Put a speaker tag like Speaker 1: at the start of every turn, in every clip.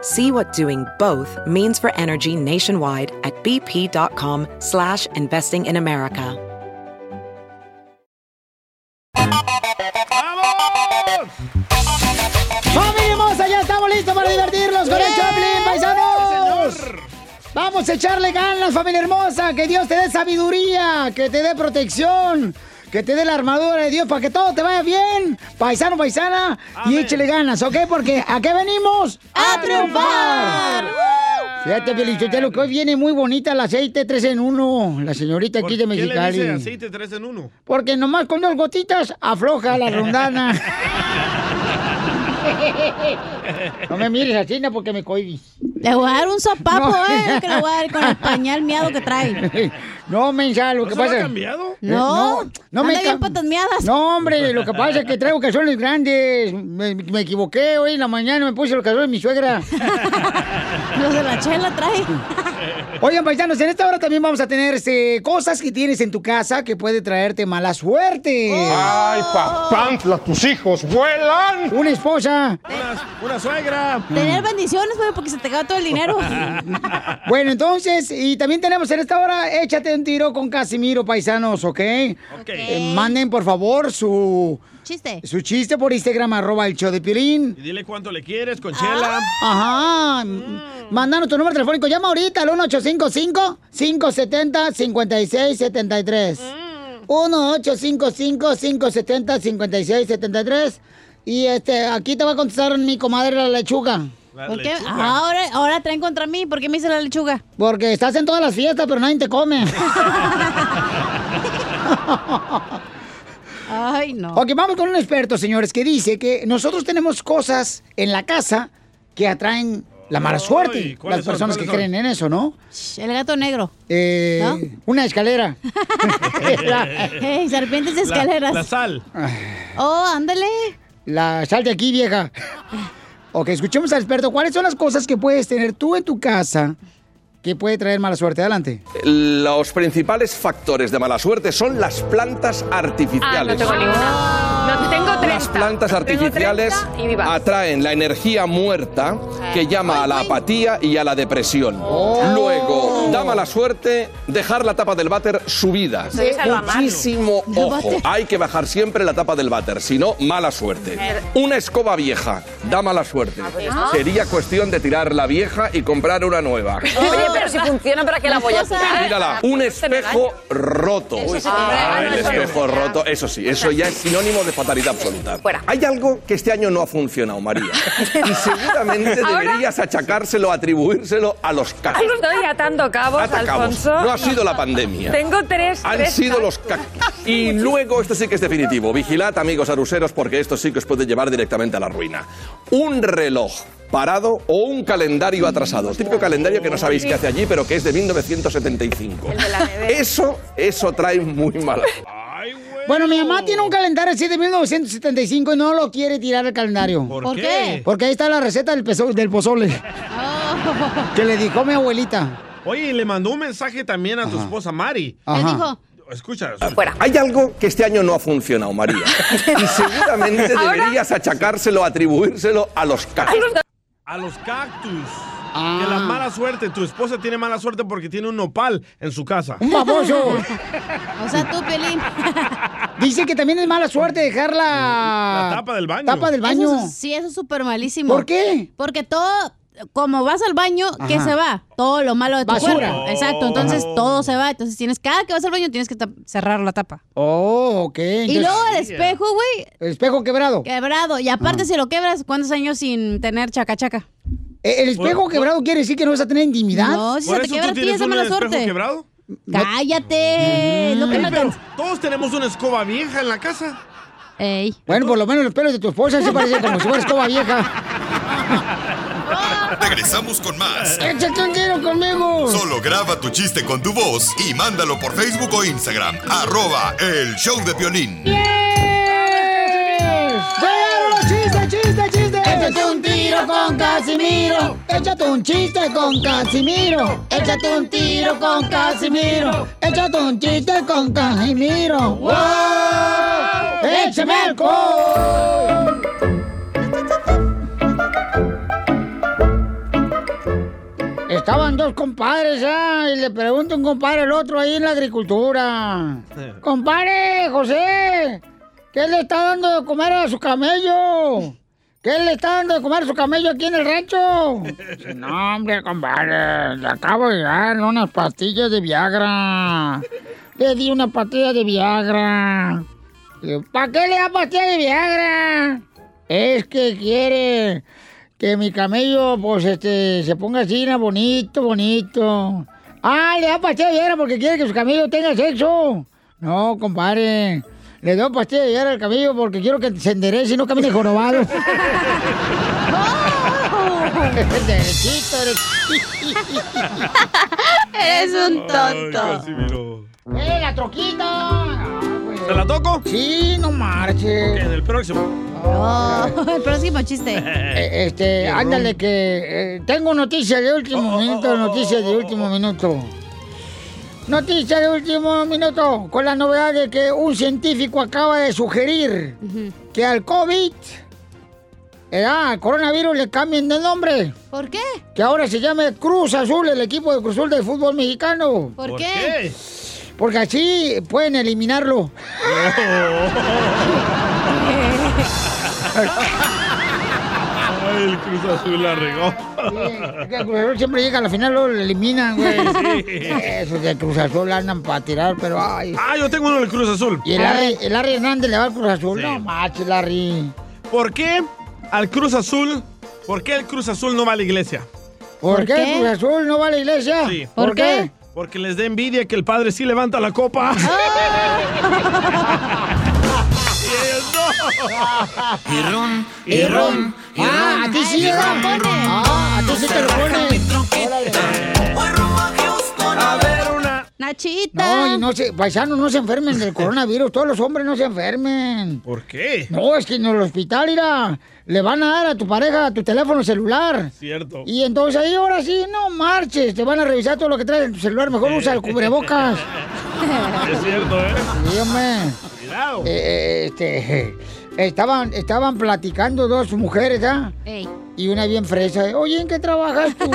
Speaker 1: See what doing both means for energy nationwide at bp.com slash investing in America.
Speaker 2: ¡Vamos!
Speaker 3: ¡Familia hermosa! ¡Ya estamos listos
Speaker 4: ¡Uh!
Speaker 3: para divertirnos con el Chaplin, paisanos! ¡Vamos a echarle ganas, familia hermosa! ¡Que Dios te dé sabiduría! ¡Que te dé protección! ¡Que te dé la armadura de Dios para que todo te vaya bien! ¡Paisano, paisana! Y échele ganas, ¿ok? Porque ¿a qué venimos? ¡A triunfar! Fíjate, Felicitelo, que hoy viene muy bonita el aceite 3 en 1, la señorita aquí de
Speaker 4: ¿Qué le
Speaker 3: Mexicali.
Speaker 4: dice aceite 3 en 1?
Speaker 3: Porque nomás con dos gotitas afloja la rondana. No me mires así, no, porque me cohibis.
Speaker 5: Le voy a dar un sopapo, eh, que le voy a dar con el pañal miado que trae.
Speaker 3: No, mensa, lo
Speaker 5: ¿No
Speaker 3: que
Speaker 5: se lo ha
Speaker 3: pasa...
Speaker 5: cambiado?
Speaker 3: Eh,
Speaker 5: No, anda bien
Speaker 3: cam- No, hombre, lo que pasa es que traigo calzones grandes. Me, me equivoqué hoy en la mañana, me puse los calzones de mi suegra.
Speaker 5: Los de la chela trae.
Speaker 3: Oigan, paisanos, en esta hora también vamos a tener este, cosas que tienes en tu casa que puede traerte mala suerte.
Speaker 2: ¡Ay,
Speaker 5: Oh.
Speaker 2: papantla,
Speaker 3: ¡Tus hijos vuelan! Una esposa.
Speaker 5: Una, suegra. Tener bendiciones, güey, porque se te acaba todo el dinero.
Speaker 3: Bueno, entonces, y también tenemos en esta hora, échate un tiro con Casimiro, paisanos, ¿ok? Eh, manden, por favor, su...
Speaker 5: Chiste.
Speaker 3: Su chiste por Instagram, arroba el show de Piolín.
Speaker 4: Y dile cuánto le quieres, Conchela.
Speaker 3: Ah, Ajá. Mándanos tu número telefónico. Llama ahorita al 1855-570-5673. 1855-570-5673. Y este, aquí te va a contestar mi comadre la lechuga.
Speaker 5: ¿Por qué? Ahora, ahora traen contra mí. ¿Por qué me hice la lechuga?
Speaker 3: Porque estás en todas las fiestas, pero nadie te come.
Speaker 5: Ay, no.
Speaker 3: Ok, vamos con un experto, señores, que dice que nosotros tenemos cosas en la casa que atraen la mala suerte.
Speaker 5: ¿cuáles
Speaker 3: Las
Speaker 5: son?
Speaker 3: personas que
Speaker 5: ¿cuáles
Speaker 3: creen en eso, ¿no?
Speaker 5: El gato negro.
Speaker 3: Eh, Una escalera.
Speaker 5: Ey, serpientes de escaleras.
Speaker 3: sal.
Speaker 5: Oh, ándale.
Speaker 3: La sal de aquí, vieja. Ok, escuchemos al experto. ¿Cuáles son las cosas que puedes tener tú en tu casa que puede traer mala suerte? Adelante.
Speaker 6: Los principales factores de mala suerte son las plantas artificiales.
Speaker 7: Ah, tengo ninguna. No, tengo
Speaker 6: Las plantas artificiales atraen la energía muerta
Speaker 7: Ah.
Speaker 6: que llama a la apatía y a la depresión. Luego, da mala suerte dejar la tapa del váter subida.
Speaker 7: Soy esa la mano.
Speaker 6: Muchísimo
Speaker 7: Del
Speaker 6: ojo.
Speaker 7: váter.
Speaker 6: Hay que bajar siempre la tapa del váter, si no, mala suerte. Una escoba vieja da mala suerte.
Speaker 7: Ah.
Speaker 6: Sería cuestión de tirar la vieja y comprar una nueva.
Speaker 7: Oye, pero si funciona, ¿para qué la voy a tirar?
Speaker 6: Mírala, un espejo roto.
Speaker 7: Eso se
Speaker 6: Ah,
Speaker 7: compra,
Speaker 6: el
Speaker 7: no es para
Speaker 6: espejo roto, eso sí, eso ya es sinónimo de fatalidad absoluta. Hay algo que este año no ha funcionado, María. Y seguramente
Speaker 7: Ahora-
Speaker 6: deberías achacárselo, atribuírselo a los cactus.
Speaker 7: Estoy atando cabos,
Speaker 6: Atacamos.
Speaker 7: Alfonso.
Speaker 6: No ha sido la pandemia.
Speaker 7: Tengo tres.
Speaker 6: Han
Speaker 7: tres
Speaker 6: sido
Speaker 7: cactus.
Speaker 6: los cactus. Y luego, esto sí que es definitivo. Vigilad, amigos aruseros, porque esto sí que os puede llevar directamente a la ruina. Un reloj parado o un calendario atrasado. Típico calendario que no sabéis qué hace allí, pero que es de 1975. Eso, eso trae muy mala.
Speaker 3: Bueno, mi mamá tiene un calendario así de 1975 y no lo quiere tirar el calendario.
Speaker 5: ¿Por qué? qué?
Speaker 3: Porque ahí está la receta del, pezo- del pozole
Speaker 5: Oh.
Speaker 3: que le dijo mi abuelita.
Speaker 4: Oye, y le mandó un mensaje también a tu esposa Mari.
Speaker 3: Ajá.
Speaker 5: dijo?
Speaker 4: Escucha.
Speaker 6: Hay algo que este año no ha funcionado, María. Y seguramente
Speaker 4: Ahora-
Speaker 6: deberías achacárselo, atribuírselo a los cactus.
Speaker 4: A los cactus.
Speaker 3: Ah.
Speaker 4: Que la mala suerte. Tu esposa tiene mala suerte porque tiene un nopal en su casa.
Speaker 3: ¡Un baboso!
Speaker 5: O sea, tú, Pelín.
Speaker 3: Dice que también es mala suerte dejar la...
Speaker 4: La tapa del baño.
Speaker 3: Tapa del baño.
Speaker 5: Eso es- sí, eso es súper malísimo.
Speaker 3: ¿Por qué?
Speaker 5: Porque todo. como vas al baño, ¿qué
Speaker 3: Ajá.
Speaker 5: se va? Todo lo malo de tu
Speaker 3: Basura.
Speaker 5: cuerpo. Exacto, entonces todo se va. Entonces tienes, cada que vas al baño tienes que tap- cerrar la tapa.
Speaker 3: Oh, ok.
Speaker 5: y
Speaker 3: entonces-
Speaker 5: luego el espejo, güey,
Speaker 3: Espejo quebrado.
Speaker 5: quebrado. Y aparte, si lo quebras, ¿cuántos años sin tener chaca chaca?
Speaker 3: Eh, El espejo
Speaker 8: Por-
Speaker 3: quebrado quiere decir que no vas a tener intimidad.
Speaker 5: No, si se
Speaker 8: ¿Por
Speaker 5: te
Speaker 8: eso tú
Speaker 5: quebra, tienes
Speaker 8: tienes
Speaker 5: de
Speaker 8: un
Speaker 5: mala
Speaker 8: espejo
Speaker 5: suerte.
Speaker 8: quebrado?
Speaker 5: Cállate,
Speaker 4: Mm.
Speaker 5: lo que
Speaker 8: Ey,
Speaker 5: no
Speaker 8: pero
Speaker 5: alcanza-
Speaker 8: todos tenemos una escoba vieja en la casa.
Speaker 5: Ey.
Speaker 3: Bueno, por lo menos los pelos de tu esposa se parecen como si fuera escoba vieja.
Speaker 9: Regresamos con más.
Speaker 3: ¡Échate un tiro conmigo!
Speaker 9: Solo graba tu chiste con tu voz y mándalo por Facebook o Instagram. Arroba el show de violín.
Speaker 3: ¡Llegaron los chistes, chistes, chistes! Échate un tiro con Casimiro. Échate un chiste con Casimiro. Échate un tiro con Casimiro. Échate un chiste con Casimiro. ¡Wow! ¡Échame alcohol! Estaban dos compadres ya, y le pregunta un compadre al otro ahí en la agricultura. Compadre, José, ¿qué le está dando de comer a su camello? ¿Qué le está dando de comer a su camello aquí en el rancho? Dice, No, hombre, compadre, le acabo de dar unas pastillas de Viagra. Le di una pastilla de Viagra. ¿Para qué le da pastilla de Viagra? Es que quiere que mi camello, pues, este, se ponga así, na, bonito, bonito. Ah, le da pastilla de Viagra porque quiere que su camello tenga sexo. No, compadre. Le doy pastilla de Viagra al camello porque quiero que se enderece y no camine jorobado. Derechito, derechito.
Speaker 5: Eres un
Speaker 8: Ay,
Speaker 5: tonto.
Speaker 8: Casimiro.
Speaker 3: ¡Eh, la troquita! Ah, güey.
Speaker 8: ¿Se la toco?
Speaker 3: Sí, no marches.
Speaker 8: En el próximo.
Speaker 5: No, el próximo chiste.
Speaker 3: Eh, Este, ándale que eh, tengo noticias de último minuto, noticias de último minuto. Noticias de último minuto, con la novedad de que un científico acaba de sugerir que al COVID, eh, ah, al coronavirus le cambien de nombre,
Speaker 5: ¿Por qué?
Speaker 3: que ahora se llame Cruz Azul, el equipo de Cruz Azul del fútbol mexicano,
Speaker 5: ¿Por, qué?
Speaker 3: porque así pueden eliminarlo.
Speaker 8: Ay, el Cruz Azul la regó.
Speaker 3: Sí, es que el Cruz Azul siempre llega a la final, lo eliminan, güey. Esos de Cruz Azul andan para tirar, pero ay.
Speaker 8: Ah, yo tengo uno del Cruz Azul. Ah.
Speaker 3: Y el Larry, el Larry Hernández le va al Cruz Azul.
Speaker 8: Sí.
Speaker 3: No macho, Larry.
Speaker 8: ¿Por qué al Cruz Azul? ¿Por qué el Cruz Azul no va a la iglesia?
Speaker 3: ¿Por,
Speaker 5: ¿Por
Speaker 3: qué,
Speaker 5: qué?
Speaker 3: Cruz Azul no va a la iglesia?
Speaker 8: Sí.
Speaker 3: ¿Por,
Speaker 5: ¿Por
Speaker 3: qué?
Speaker 5: qué? Ah.
Speaker 8: Porque les da envidia que el padre sí levanta la copa. Y ellos no.
Speaker 3: Y ron. Ah, a ti sí, ¿verdad? Ah, a ti sí te lo pones. Órale.
Speaker 8: A ver, una.
Speaker 5: Nachita.
Speaker 3: No, y no se, paisanos, no se enfermen del coronavirus. Todos los hombres no se enfermen.
Speaker 8: ¿Por qué?
Speaker 3: No, es que en el hospital, mira, le van a dar a tu pareja tu teléfono celular.
Speaker 8: Cierto.
Speaker 3: Y entonces ahí ahora sí, no marches, te van a revisar todo lo que traes en tu celular, mejor usa el cubrebocas.
Speaker 8: Es cierto, ¿eh?
Speaker 3: Sí, hombre.
Speaker 8: Cuidado.
Speaker 3: Eh, eh, este, estaban, estaban platicando dos mujeres, ¿ah?
Speaker 5: Ey.
Speaker 3: Y una bien fresa, oye, ¿en qué trabajas tú?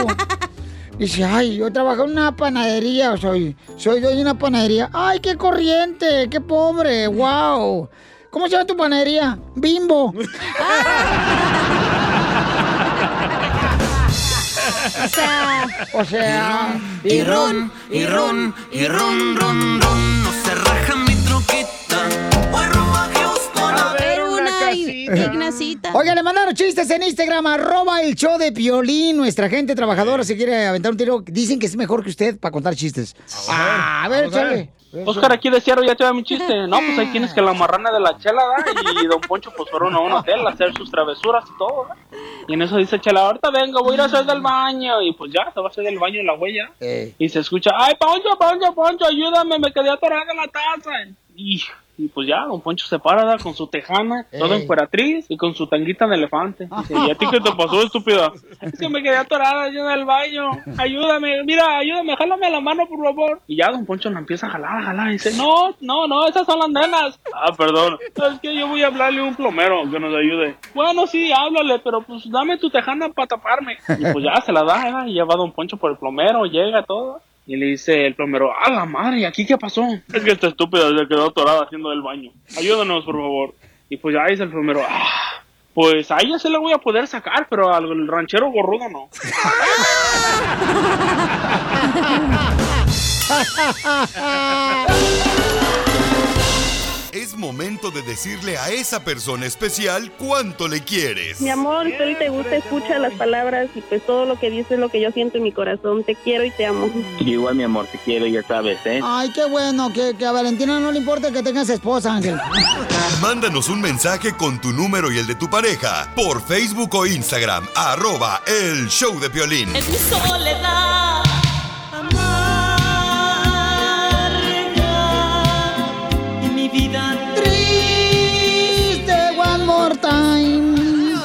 Speaker 3: Dice, ay, yo trabajo en una panadería, soy, soy dueño de una panadería. Ay, qué corriente, qué pobre, wow. ¿Cómo se llama tu panadería? Bimbo.
Speaker 5: O sea,
Speaker 3: O sea,
Speaker 10: Y ron, y ron, y ron, ron, ron, no se raja mi troquita. Voy rumbo a Houston.
Speaker 8: A ver,
Speaker 5: era
Speaker 8: una
Speaker 5: una
Speaker 8: casita.
Speaker 5: ignacita.
Speaker 3: Oigan, le mandaron chistes en Instagram, arroba el show de Piolín. Nuestra gente trabajadora se quiere aventar un tiro. Dicen que es mejor que usted para contar chistes. Ah, a ver,
Speaker 8: vamos a ver.
Speaker 3: échale.
Speaker 11: Oscar, aquí de Cierro ya te da mi chiste. No, pues ahí tienes que la marrana de la chela, ¿verdad? Y Don Poncho, pues fueron a un hotel a hacer sus travesuras y todo, ¿verdad? Y en eso dice Chela, ahorita vengo, voy a ir a hacer del baño. Y pues ya, se va a hacer del baño la huella.
Speaker 3: Eh,
Speaker 11: Y se escucha, ay, Poncho, Poncho, Poncho, ayúdame, me quedé atorada en la taza. Y, y pues ya, Don Poncho se para ¿verdad? con su tejana, toda
Speaker 3: Ey.
Speaker 11: emperatriz y con su tanguita de elefante. Dice, ¿y a ti qué te pasó, estúpida? Es que me quedé atorada yo en el baño. Ayúdame, mira, ayúdame, jálame la mano, por favor. Y ya Don Poncho la empieza a jalar, a jalar. Y dice, no, no, no, esas son las nenas. Ah, perdón. Es que yo voy a hablarle a un plomero que nos ayude. Bueno, sí, háblale, pero pues dame tu tejana para taparme. Y pues ya se la da, ¿verdad? y ya va Don Poncho por el plomero, llega todo. Y le dice el plomero, a la madre, ¿y aquí qué pasó? Es que
Speaker 12: este
Speaker 11: esta estúpida se quedó atorada haciendo el baño. Ayúdanos, por favor. Y pues ya dice el plomero, ah,
Speaker 12: Pues a ella se la voy a poder sacar, pero al ranchero gorrudo no.
Speaker 9: Es momento de decirle a esa persona especial cuánto le quieres.
Speaker 13: Mi amor, si hoy te gusta, escucha las palabras y pues todo lo que dices es lo que yo siento en mi corazón. Te quiero y te amo.
Speaker 14: Igual, mi amor, te quiero, ya sabes, ¿eh?
Speaker 3: Ay, qué bueno, que, que a Valentina no le importa que tengas esposa, Ángel.
Speaker 9: Mándanos un mensaje con tu número y el de tu pareja por Facebook o Instagram, arroba el show de violín.
Speaker 8: Es mi soledad. Amarga y mi vida
Speaker 3: Triste one more time.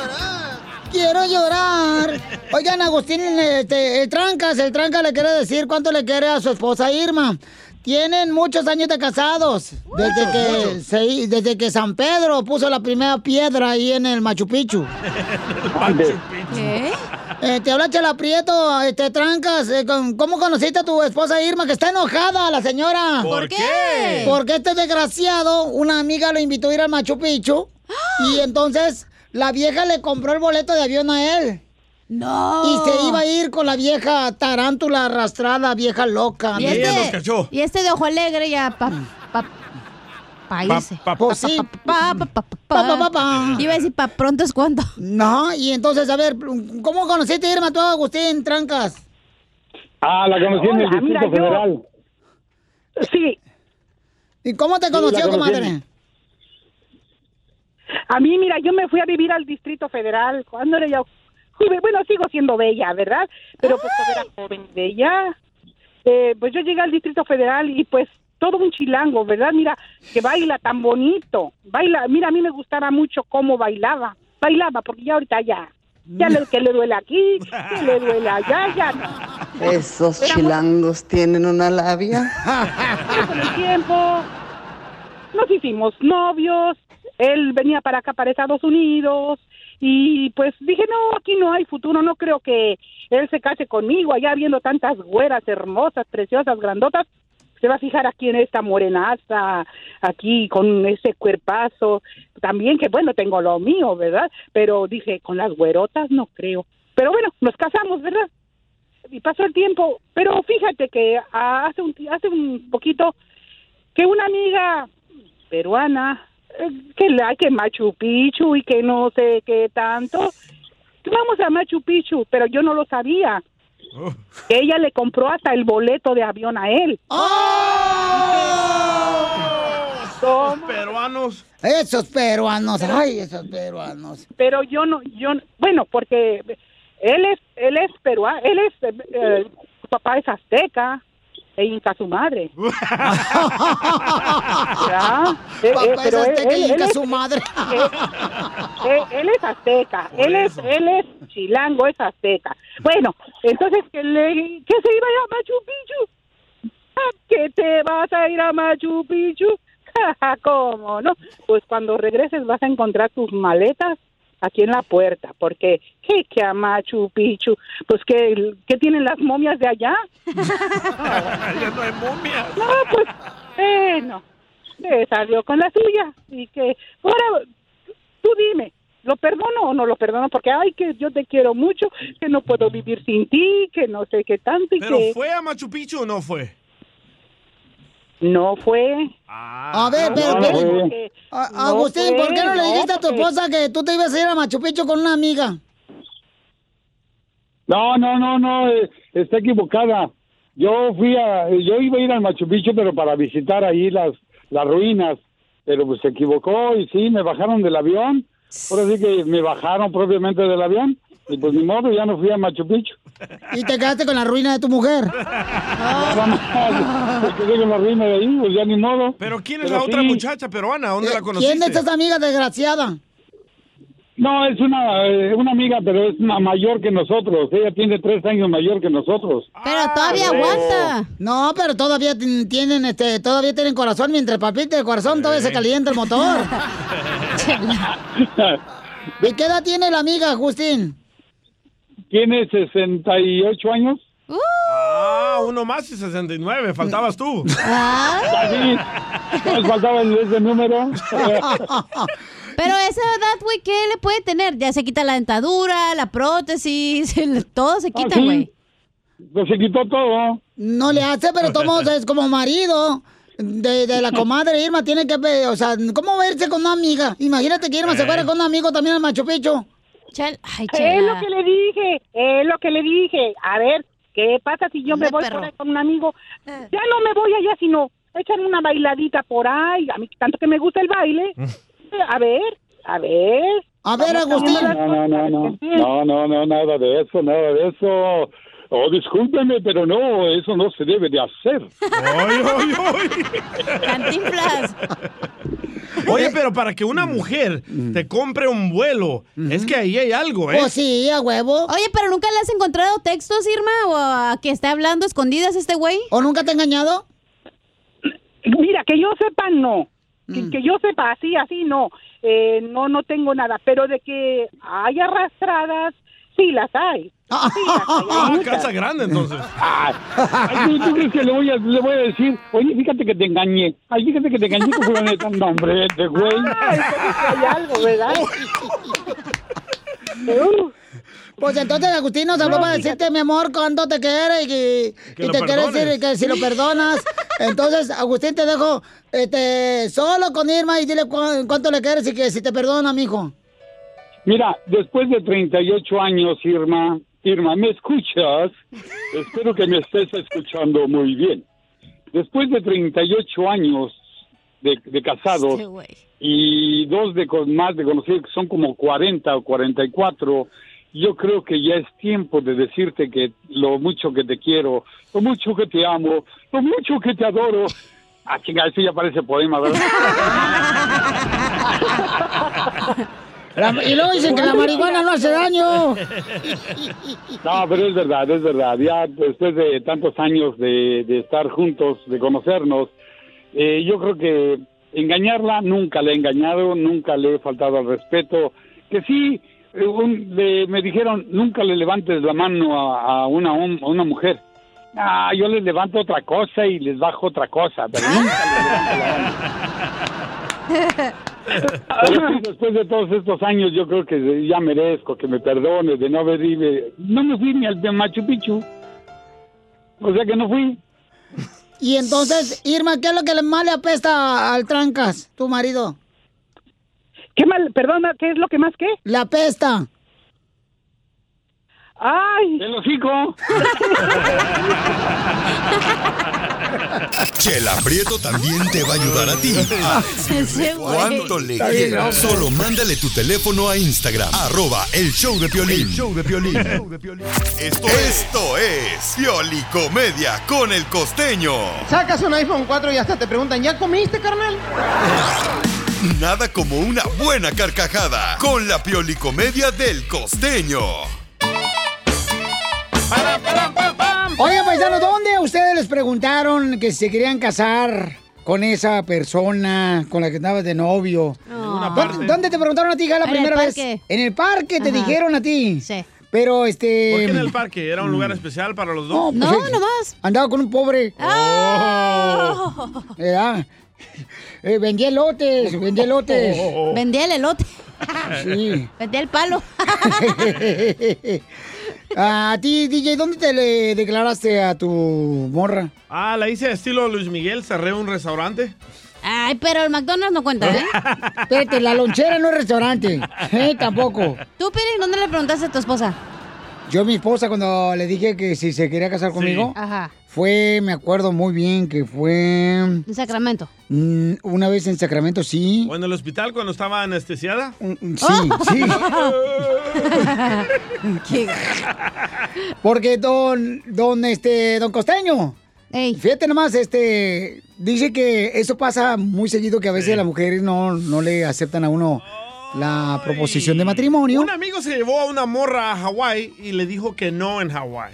Speaker 3: Quiero llorar. Oigan, Agustín, este, el Trancas, el Tranca le quiere decir cuánto le quiere a su esposa Irma. Tienen muchos años de casados. Desde que, se- desde que San Pedro puso la primera piedra ahí en el Machu Picchu. ¿Qué? Eh, te habla Chela Prieto, este, Trancas. eh, con- ¿Cómo conociste a tu esposa Irma, que está enojada la señora?
Speaker 8: ¿Por qué?
Speaker 3: Porque este desgraciado, una amiga lo invitó a ir al Machu Picchu.
Speaker 5: ¡Ah!
Speaker 3: Y entonces la vieja le compró el boleto de avión a él. No. Y
Speaker 5: Oh.
Speaker 3: se iba a ir con la vieja tarántula arrastrada, vieja loca.
Speaker 5: Y este, y este de ojo alegre ya pa, pa, pa, irse.
Speaker 3: Pa- pa- Pues sí.
Speaker 5: pa- pa- pa- pa-
Speaker 3: pa-
Speaker 5: Iba a decir pa pronto es cuando.
Speaker 3: No, y entonces, a ver, ¿cómo conociste a Irma tú, Agustín Trancas?
Speaker 15: Ah, la conocí en el
Speaker 3: Hola, mira,
Speaker 15: Distrito
Speaker 3: yo-
Speaker 15: Federal.
Speaker 3: Sí. ¿Y cómo te
Speaker 15: Sí, la
Speaker 3: conoció,
Speaker 15: conocí en-
Speaker 3: comadre?
Speaker 16: A mí, mira, yo me fui a vivir al Distrito Federal cuando era ya joven. Bueno, sigo siendo bella, ¿verdad? Pero pues cuando
Speaker 7: Ah.
Speaker 16: era joven y bella. eh, pues yo llegué al Distrito Federal y pues todo un chilango, ¿verdad? Mira, que baila tan bonito. Baila, mira, a mí me gustaba mucho cómo bailaba. Bailaba, porque ya ahorita ya. Ya le, que le duele aquí, que le duele allá, ya. no.
Speaker 17: Esos
Speaker 16: Era muy-
Speaker 17: chilangos tienen una labia.
Speaker 16: con el tiempo. Nos hicimos novios. Él venía para acá, para Estados Unidos. Y pues dije, no, aquí no hay futuro. No creo que él se case conmigo. Allá viendo tantas güeras hermosas, preciosas, grandotas. Se va a fijar aquí en esta morenaza, aquí con ese cuerpazo. También que, bueno, tengo lo mío, ¿verdad? Pero dije, con las güerotas no creo. Pero bueno, nos casamos, ¿verdad? y pasó el tiempo, pero fíjate que ah, hace un, ti- hace un poquito que una amiga peruana, eh, que la que Machu Picchu y que no sé qué tanto, que vamos a Machu Picchu, pero yo no lo sabía, que ella le compró hasta el boleto de avión a él.
Speaker 4: Peruanos.
Speaker 3: Esos peruanos, ay, esos peruanos.
Speaker 16: Pero yo no, yo, no- bueno, porque él es, él es peruano, él es, eh, eh, su papá es azteca e inca su madre. Ya, eh,
Speaker 8: Papá
Speaker 16: eh,
Speaker 8: es
Speaker 16: pero él-
Speaker 8: azteca
Speaker 16: él-
Speaker 8: y
Speaker 16: él
Speaker 8: inca
Speaker 16: es-
Speaker 8: su madre.
Speaker 16: eh, eh, él es azteca,
Speaker 8: Por
Speaker 16: él es,
Speaker 8: eso.
Speaker 16: él es chilango, es azteca. Bueno, entonces que, le, que se iba a Machu Picchu. Ah, que te vas a ir a Machu Picchu. Ja, ja, ¿Cómo no? Pues cuando regreses vas a encontrar tus maletas aquí en la puerta, porque que, que a Machu Picchu, pues que, que tienen las momias de allá.
Speaker 8: ya no hay momia.
Speaker 16: No, pues, eh, no. Eh, salió con la suya. Y que, ahora, tú dime, ¿lo perdono o no lo perdono? Porque, ay, que yo te quiero mucho, que no puedo vivir sin ti, que no sé qué tanto. Y
Speaker 4: ¿Pero
Speaker 16: que
Speaker 4: fue a Machu Picchu o no fue?
Speaker 16: no fue.
Speaker 3: A ver, pero,
Speaker 16: No,
Speaker 3: pero-
Speaker 16: no,
Speaker 3: eh,
Speaker 16: porque
Speaker 3: a-
Speaker 16: no
Speaker 3: Agustín, ¿por qué no le
Speaker 16: fue,
Speaker 3: dijiste a tu
Speaker 16: porque-
Speaker 3: esposa que tú te ibas a ir a Machu Picchu con una amiga?
Speaker 15: No, no, no, no, eh, está equivocada. Yo fui a, eh, yo iba a ir al Machu Picchu, pero para visitar ahí las, las ruinas, pero pues se equivocó y sí, me bajaron del avión. Ahora sí que me bajaron propiamente del avión y pues ni modo, ya no fui a Machu Picchu.
Speaker 3: Y te quedaste con la ruina de tu mujer.
Speaker 15: Nada más, me quedé con la ruina de ahí, pues ya ni modo.
Speaker 4: Ah. ¿Pero quién es
Speaker 15: Pero
Speaker 4: la otra
Speaker 15: sí. Eh,
Speaker 4: muchacha peruana? ¿Dónde la conociste?
Speaker 3: Eh, ¿Quién es esa amiga desgraciada?
Speaker 15: No, es una, eh, una amiga, pero es ma- mayor que nosotros. Ella tiene tres años mayor que nosotros.
Speaker 4: Ah,
Speaker 3: Pero todavía aguanta. No, pero todavía t- tienen, este, todavía tienen corazón, mientras papita el corazón todavía se calienta el motor.
Speaker 4: Ah.
Speaker 3: ¿Y qué edad tiene la amiga, Agustín?
Speaker 15: Tiene 68 años.
Speaker 5: Uh.
Speaker 4: Ah, uno más y 69. Faltabas tú.
Speaker 15: Así, Nos faltaba el ese número.
Speaker 5: Pero a esa edad, güey, ¿qué le puede tener? Ya se quita la dentadura, la prótesis, el- todo se quita,
Speaker 15: sí.
Speaker 5: güey.
Speaker 15: Pues se quitó todo.
Speaker 3: No le hace, pero tomo, es como marido de, de la comadre Irma, tiene que, pe- o sea, ¿cómo va a irse con una amiga? Imagínate que Irma se fuera con un amigo también al Machu Picchu.
Speaker 16: Es lo que le dije, eh, es lo que le dije. A ver, ¿qué pasa si yo me voy por ahí con un amigo? Ya no me voy allá, sino echan una bailadita por ahí. A mí tanto que me gusta el baile. A ver, a ver.
Speaker 3: A
Speaker 16: ver,
Speaker 15: No, no, no, no. No, no, no, nada de eso, nada de eso. Oh, discúlpeme, pero no, eso no se debe de hacer.
Speaker 4: Oye, pero para que una mujer te compre un vuelo, es que ahí hay algo,
Speaker 5: Pues,
Speaker 4: ¿eh?
Speaker 3: sí, a huevo.
Speaker 5: Oye, pero ¿nunca le has encontrado textos, Irma? ¿O a que está hablando a escondidas este güey?
Speaker 3: ¿O nunca te ha engañado?
Speaker 16: Mira, que yo sepa, no. Que, que yo sepa, así, así, no. Eh, no, no tengo nada. Pero de que hay arrastradas, sí las hay. Sí las hay, hay
Speaker 4: Ah,
Speaker 16: muchas.
Speaker 4: casa grande, entonces.
Speaker 15: Ah, Ay, ¿tú, tú crees que le voy, a, le voy a decir, oye, fíjate que te engañé? Ay, fíjate que te engañé con fulaneta. No, hombre, este güey.
Speaker 16: hay algo, ¿verdad?
Speaker 3: Pues entonces Agustín nos habló
Speaker 16: No,
Speaker 3: para decirte, mi amor, cuánto te quiere y, que-
Speaker 16: Que
Speaker 3: y
Speaker 16: lo
Speaker 3: te quiere decir
Speaker 16: perdones.
Speaker 3: que si lo perdonas. Entonces, Agustín, te dejo este, solo con Irma y dile cu- cuánto le quieres y que si te perdona, mijo.
Speaker 15: Mira, después de 38 años, Irma, Irma, ¿me escuchas? Espero que me estés escuchando muy bien. Después de 38 años de, de casados y dos de con más de conocidos que son como 40 o 44, yo creo que ya es tiempo de decirte que lo mucho que te quiero, lo mucho que te amo, lo mucho que te adoro. Ah, chinga, eso ya parece poema, ¿verdad?
Speaker 3: La- y luego dicen que la marihuana no hace daño.
Speaker 15: No, pero es verdad, es verdad. Ya después de tantos años de, de estar juntos, de conocernos, eh, yo creo que engañarla nunca le he engañado, nunca le he faltado al respeto. Que sí, eh, un- le- me dijeron, nunca le levantes la mano a, a una, hom- a una mujer. Ah, yo les levanto otra cosa y les bajo otra cosa, pero nunca les levanto la mano. Pero sí, pues, después de todos estos años, yo creo que ya merezco que me perdone de no haber ido. No me fui ni al de Machu Picchu. O sea que no fui.
Speaker 3: Y entonces, Irma, ¿qué es lo que le- más le apesta al trancas, tu marido?
Speaker 16: ¿Qué mal? Perdona, ¿qué es lo que más qué?
Speaker 3: La apesta.
Speaker 16: ¡Ay!
Speaker 15: ¡El hocico!
Speaker 9: Chela Prieto también te va a ayudar a ti. a decirle ¿Cuánto le Está bien, quieres? loco. Solo mándale tu teléfono a Instagram. Arroba el show de Piolín. El Esto, esto es Pioli Comedia con el costeño.
Speaker 18: Sacas un iPhone 4 y hasta te preguntan, ¿ya comiste, carnal?
Speaker 19: Ah,
Speaker 9: Nada como una buena carcajada con la Pioli Comedia del costeño.
Speaker 3: Oigan, paisano, ¿dónde ustedes les preguntaron que si se querían casar con esa persona con la que estabas de novio?
Speaker 4: Ninguna
Speaker 3: ¿Dónde,
Speaker 4: parte.
Speaker 3: dónde te preguntaron a ti, Gala, la
Speaker 4: En el
Speaker 3: primera vez?
Speaker 4: parque.
Speaker 3: En el parque te
Speaker 4: Ajá.
Speaker 3: dijeron a ti. Sí. Pero
Speaker 5: eh,
Speaker 3: este.
Speaker 4: ¿Por qué en el parque?
Speaker 5: mm.
Speaker 4: ¿Era un lugar especial para los dos?
Speaker 3: pues, eh, Andaba con un pobre. Era. Eh, vendía elotes, vendía elotes.
Speaker 5: Oh. Vendía el elote.
Speaker 3: Sí.
Speaker 5: Vendía el palo.
Speaker 3: a ti, DJ, ¿dónde te le declaraste a tu morra?
Speaker 4: Ah, la hice estilo Luis Miguel, cerré un restaurante.
Speaker 5: Ay, pero el McDonald's no cuenta, ¿eh?
Speaker 3: Espérate, la lonchera no es restaurante. Eh, tampoco.
Speaker 5: ¿Tú, Piolín, dónde le preguntaste a tu esposa?
Speaker 3: Yo a mi esposa cuando le dije que si se quería casar conmigo,
Speaker 5: Ajá.
Speaker 3: fue, me acuerdo muy bien que fue
Speaker 5: En Sacramento.
Speaker 3: mm, una vez en Sacramento, sí.
Speaker 4: ¿O en el hospital cuando estaba anestesiada?
Speaker 3: Mm, Sí, sí. Porque don, don, este, don Costeño. Fíjate nomás, este, dice que eso pasa muy seguido que a veces las mujeres no, no le aceptan a uno la proposición de matrimonio.
Speaker 4: Un amigo se llevó a una morra a Hawái y le dijo que no en Hawái.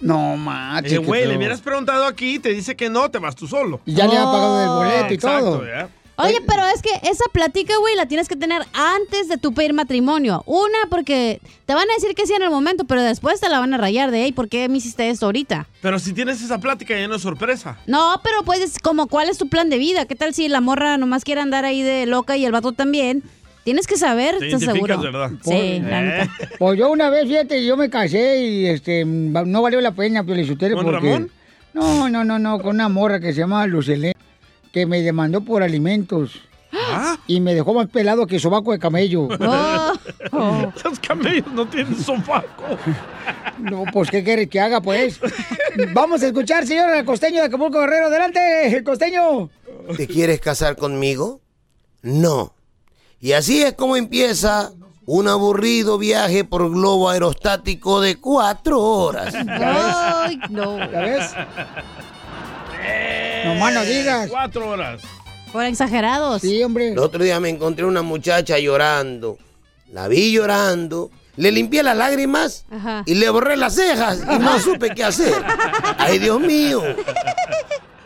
Speaker 3: No manches.
Speaker 4: Dije,
Speaker 3: qué
Speaker 4: güey, le
Speaker 3: feo.
Speaker 4: hubieras preguntado aquí, te dice que no, te vas tú solo. Ah,
Speaker 3: Y ya le ha pagado el boleto y
Speaker 4: Exacto,
Speaker 3: todo.
Speaker 4: ¿ya?
Speaker 5: Oye, pero es que esa plática, güey, la tienes que tener antes de tu pedir matrimonio. Una, porque te van a decir que sí en el momento, pero después te la van a rayar de, hey, ¿por qué me hiciste esto ahorita?
Speaker 4: Pero si tienes esa plática ya no es sorpresa.
Speaker 5: No, pero pues es como, ¿cuál es tu plan de vida? ¿Qué tal si la morra nomás quiere andar ahí de loca y el vato también? Tienes que saber,
Speaker 4: Te
Speaker 5: ¿estás seguro?
Speaker 4: identificas, ¿verdad? ¿Eh?
Speaker 5: Sí, la neta.
Speaker 3: Pues yo una vez, fíjate, yo me casé y este va- no valió la pena, Piolichotero,
Speaker 4: ¿Con
Speaker 3: porque...
Speaker 4: Ramón?
Speaker 3: No, no, no, no, con una morra que se llama Lucelén, que me demandó por alimentos.
Speaker 4: ¿Ah?
Speaker 3: Y me dejó más pelado que sobaco de camello.
Speaker 5: Oh,
Speaker 4: Esos camellos no tienen sofaco.
Speaker 3: No, pues, ¿qué quieres que haga, pues? Vamos a escuchar, señora Costeño de Acapulco Guerrero. ¡Adelante, Costeño!
Speaker 20: ¿Te quieres casar conmigo? No. Y así es como empieza un aburrido viaje por globo aerostático de cuatro horas.
Speaker 5: Ay, no.
Speaker 3: ¿Ya ves? Nomás no digas.
Speaker 4: Eh, Cuatro horas.
Speaker 5: Por exagerados. Sí,
Speaker 3: hombre.
Speaker 20: El otro día me encontré una muchacha llorando. La vi llorando. Le limpié las lágrimas
Speaker 8: Ah.
Speaker 5: Ajá.
Speaker 20: y le borré las cejas y no supe qué hacer. ¡Ay, Dios mío!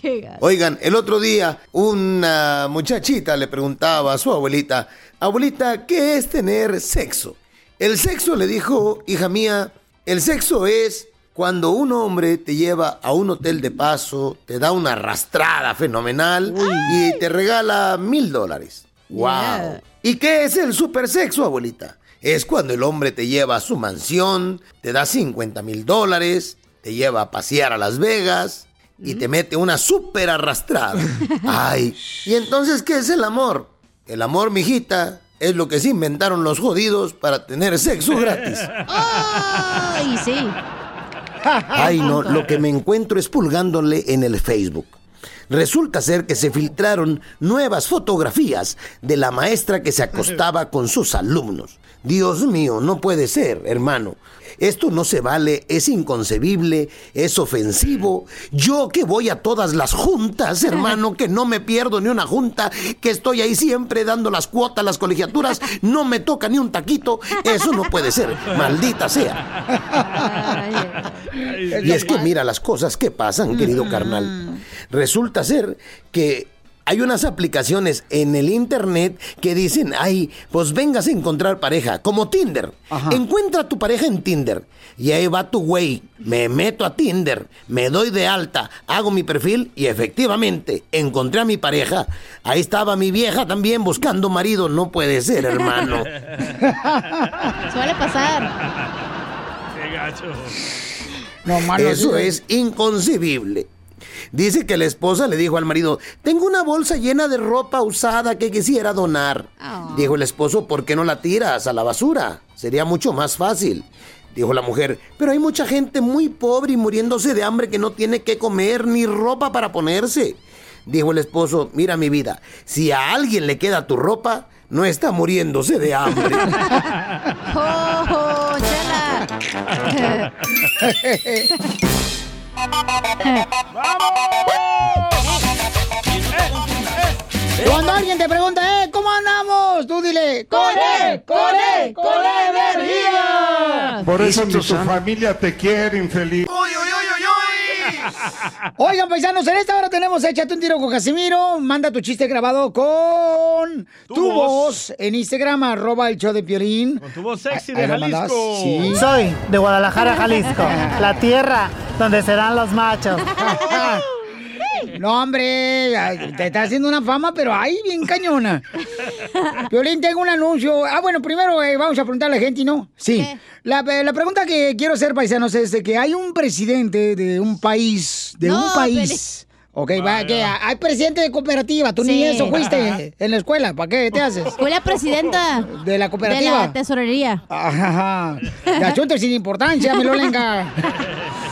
Speaker 5: Qué gato.
Speaker 21: Oigan, el otro día una muchachita le preguntaba a su abuelita, abuelita, ¿qué es tener sexo? El sexo le dijo, hija mía, el sexo es cuando un hombre te lleva a un hotel de paso, te da una arrastrada fenomenal y te regala mil dólares. ¡Wow! ¿Y qué es el supersexo, abuelita? Es cuando el hombre te lleva a su mansión, te da 50 mil dólares, te lleva a pasear a Las Vegas y te mete una super arrastrada. Ay, ¿y entonces qué es el amor? El amor, mijita, es lo que se inventaron los jodidos para tener sexo gratis.
Speaker 5: Ay, sí.
Speaker 21: Ay, no, lo que me encuentro es pulgándole en el Facebook. Resulta ser que se filtraron nuevas fotografías de la maestra que se acostaba con sus alumnos. Dios mío, no puede ser, hermano. Esto no se vale, es inconcebible, es ofensivo. Yo que voy a todas las juntas, hermano, que no me pierdo ni una junta, que estoy ahí siempre dando las cuotas, las colegiaturas, no me toca ni un taquito. Eso no puede ser, maldita sea. Y es que mira las cosas que pasan, querido carnal. Resulta ser que hay unas aplicaciones en el internet que dicen, ay, pues vengas a encontrar pareja, como Tinder. Encuentra a tu pareja en Tinder. Y ahí va tu güey. Me meto a Tinder, me doy de alta, hago mi perfil y efectivamente encontré a mi pareja. Ahí estaba mi vieja también buscando marido. No puede ser, hermano.
Speaker 5: Suele pasar.
Speaker 4: Qué gacho.
Speaker 21: Eso es inconcebible. Dice que la esposa le dijo al marido, tengo una bolsa llena de ropa usada que quisiera donar. Dijo el esposo, ¿por qué no la tiras a la basura? Sería mucho más fácil. Dijo la mujer, pero hay mucha gente muy pobre y muriéndose de hambre que no tiene que comer ni ropa para ponerse. Dijo el esposo, mira mi vida, si a alguien le queda tu ropa, no está muriéndose de hambre.
Speaker 5: Oh, chela.
Speaker 3: Eh, eh. Cuando alguien te pregunta, eh, ¿cómo andamos? Tú dile, ¡Con E! ¡Con E! ¡Con E energía!
Speaker 9: Por eso ni su familia te quiere, infeliz.
Speaker 3: Oigan, paisanos, en esta hora tenemos Échate un tiro con Casimiro. Manda tu chiste grabado con tu, voz. en Instagram, arroba el show de Piolín. Con
Speaker 4: tu voz sexy
Speaker 3: de Jalisco. Sí.
Speaker 8: Soy de Guadalajara, Jalisco, la tierra donde serán los machos.
Speaker 3: No, hombre, ay, te está haciendo una fama, pero ahí bien cañona. Violín, tengo un anuncio. Ah, bueno, primero eh, vamos a preguntar a la gente, ¿no? Sí. La, eh, la pregunta que quiero hacer, paisanos, es de que hay un presidente de un país, de
Speaker 5: No,
Speaker 3: un país. Ok, va, que hay presidente de cooperativa. Tú ni
Speaker 5: Sí.
Speaker 3: eso fuiste en la escuela. ¿Para qué te haces?
Speaker 5: Fue la presidenta
Speaker 3: De la
Speaker 5: de
Speaker 3: cooperativa.
Speaker 5: la tesorería.
Speaker 3: Ajá. De asuntos sin importancia, melolenga.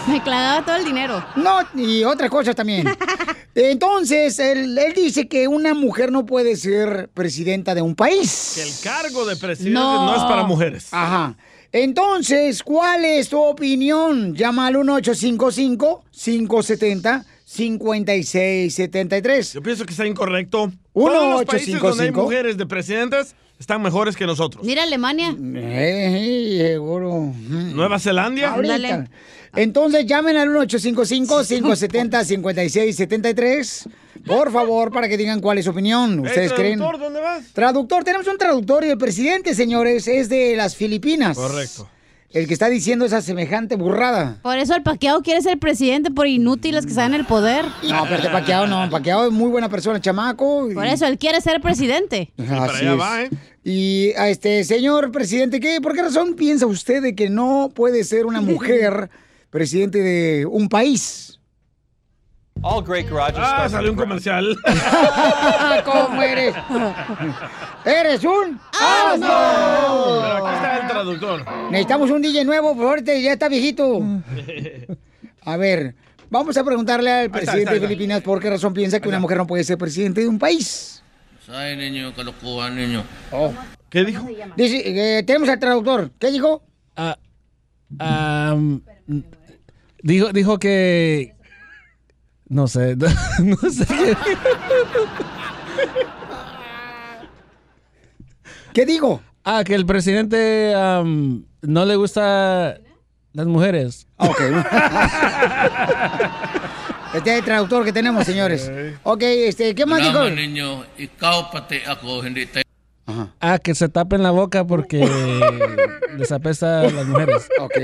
Speaker 5: Me clavaba todo el dinero.
Speaker 3: No, y otras cosas también. Entonces, él, él dice que una mujer no puede ser presidenta de un
Speaker 4: Que el
Speaker 3: país.
Speaker 4: cargo de presidente no, es para mujeres.
Speaker 3: Ajá. Entonces, ¿cuál es tu opinión? Llama al 1855-570-5673. Yo
Speaker 4: pienso que está incorrecto. Todos los países donde hay
Speaker 3: 1855.
Speaker 4: mujeres de presidentes están mejores que nosotros.
Speaker 5: Mira Alemania.
Speaker 3: Eh, eh, seguro.
Speaker 4: Nueva Zelanda.
Speaker 3: Ahorita. Ah. Entonces llamen al 1-855-570-5673, por favor, para que digan cuál es su opinión. ¿Ustedes creen?
Speaker 4: traductor, ¿Dónde vas?
Speaker 3: Traductor, tenemos un traductor y el presidente, señores, es de las Filipinas.
Speaker 4: Correcto.
Speaker 3: El que está diciendo esa semejante burrada.
Speaker 5: Por eso el paqueado quiere ser presidente por inútiles que están en el poder.
Speaker 3: No, pero este paqueado no, paqueado es muy buena persona, chamaco.
Speaker 5: Por eso él quiere ser presidente.
Speaker 3: Así es.
Speaker 4: ¿eh?
Speaker 3: Y a este señor presidente, ¿qué, ¿por qué razón piensa usted de que no puede ser una mujer presidente de un país?
Speaker 22: All great garages.
Speaker 4: Ah,
Speaker 22: start
Speaker 4: salió un
Speaker 22: with a garage.
Speaker 4: comercial.
Speaker 3: ¿Cómo eres? ¡Eres un asno!
Speaker 4: Pero aquí está el traductor.
Speaker 3: Necesitamos un DJ nuevo, por favor, te- ya está viejito. A ver, vamos a preguntarle al
Speaker 23: está,
Speaker 3: presidente
Speaker 23: ahí está.
Speaker 3: de Filipinas por qué razón piensa que una mujer no puede ser presidente de un país.
Speaker 23: Ay, niño, que lo cojan, niño.
Speaker 4: ¿Qué dijo?
Speaker 3: Dice, eh, tenemos al traductor. ¿Qué dijo?
Speaker 11: Ah, Am, dijo, dijo que. No sé. No sé.
Speaker 3: ¿Qué digo?
Speaker 11: Ah, que el presidente am, no le gusta las mujeres.
Speaker 3: Ok. Este es el traductor que tenemos, señores. Ok, este, ¿qué más dijo?
Speaker 23: Naman ninyo, ikaw pati ako, hindi tayo.
Speaker 11: Ah, que se tapen la boca porque les apesta a las mujeres.
Speaker 3: Ok.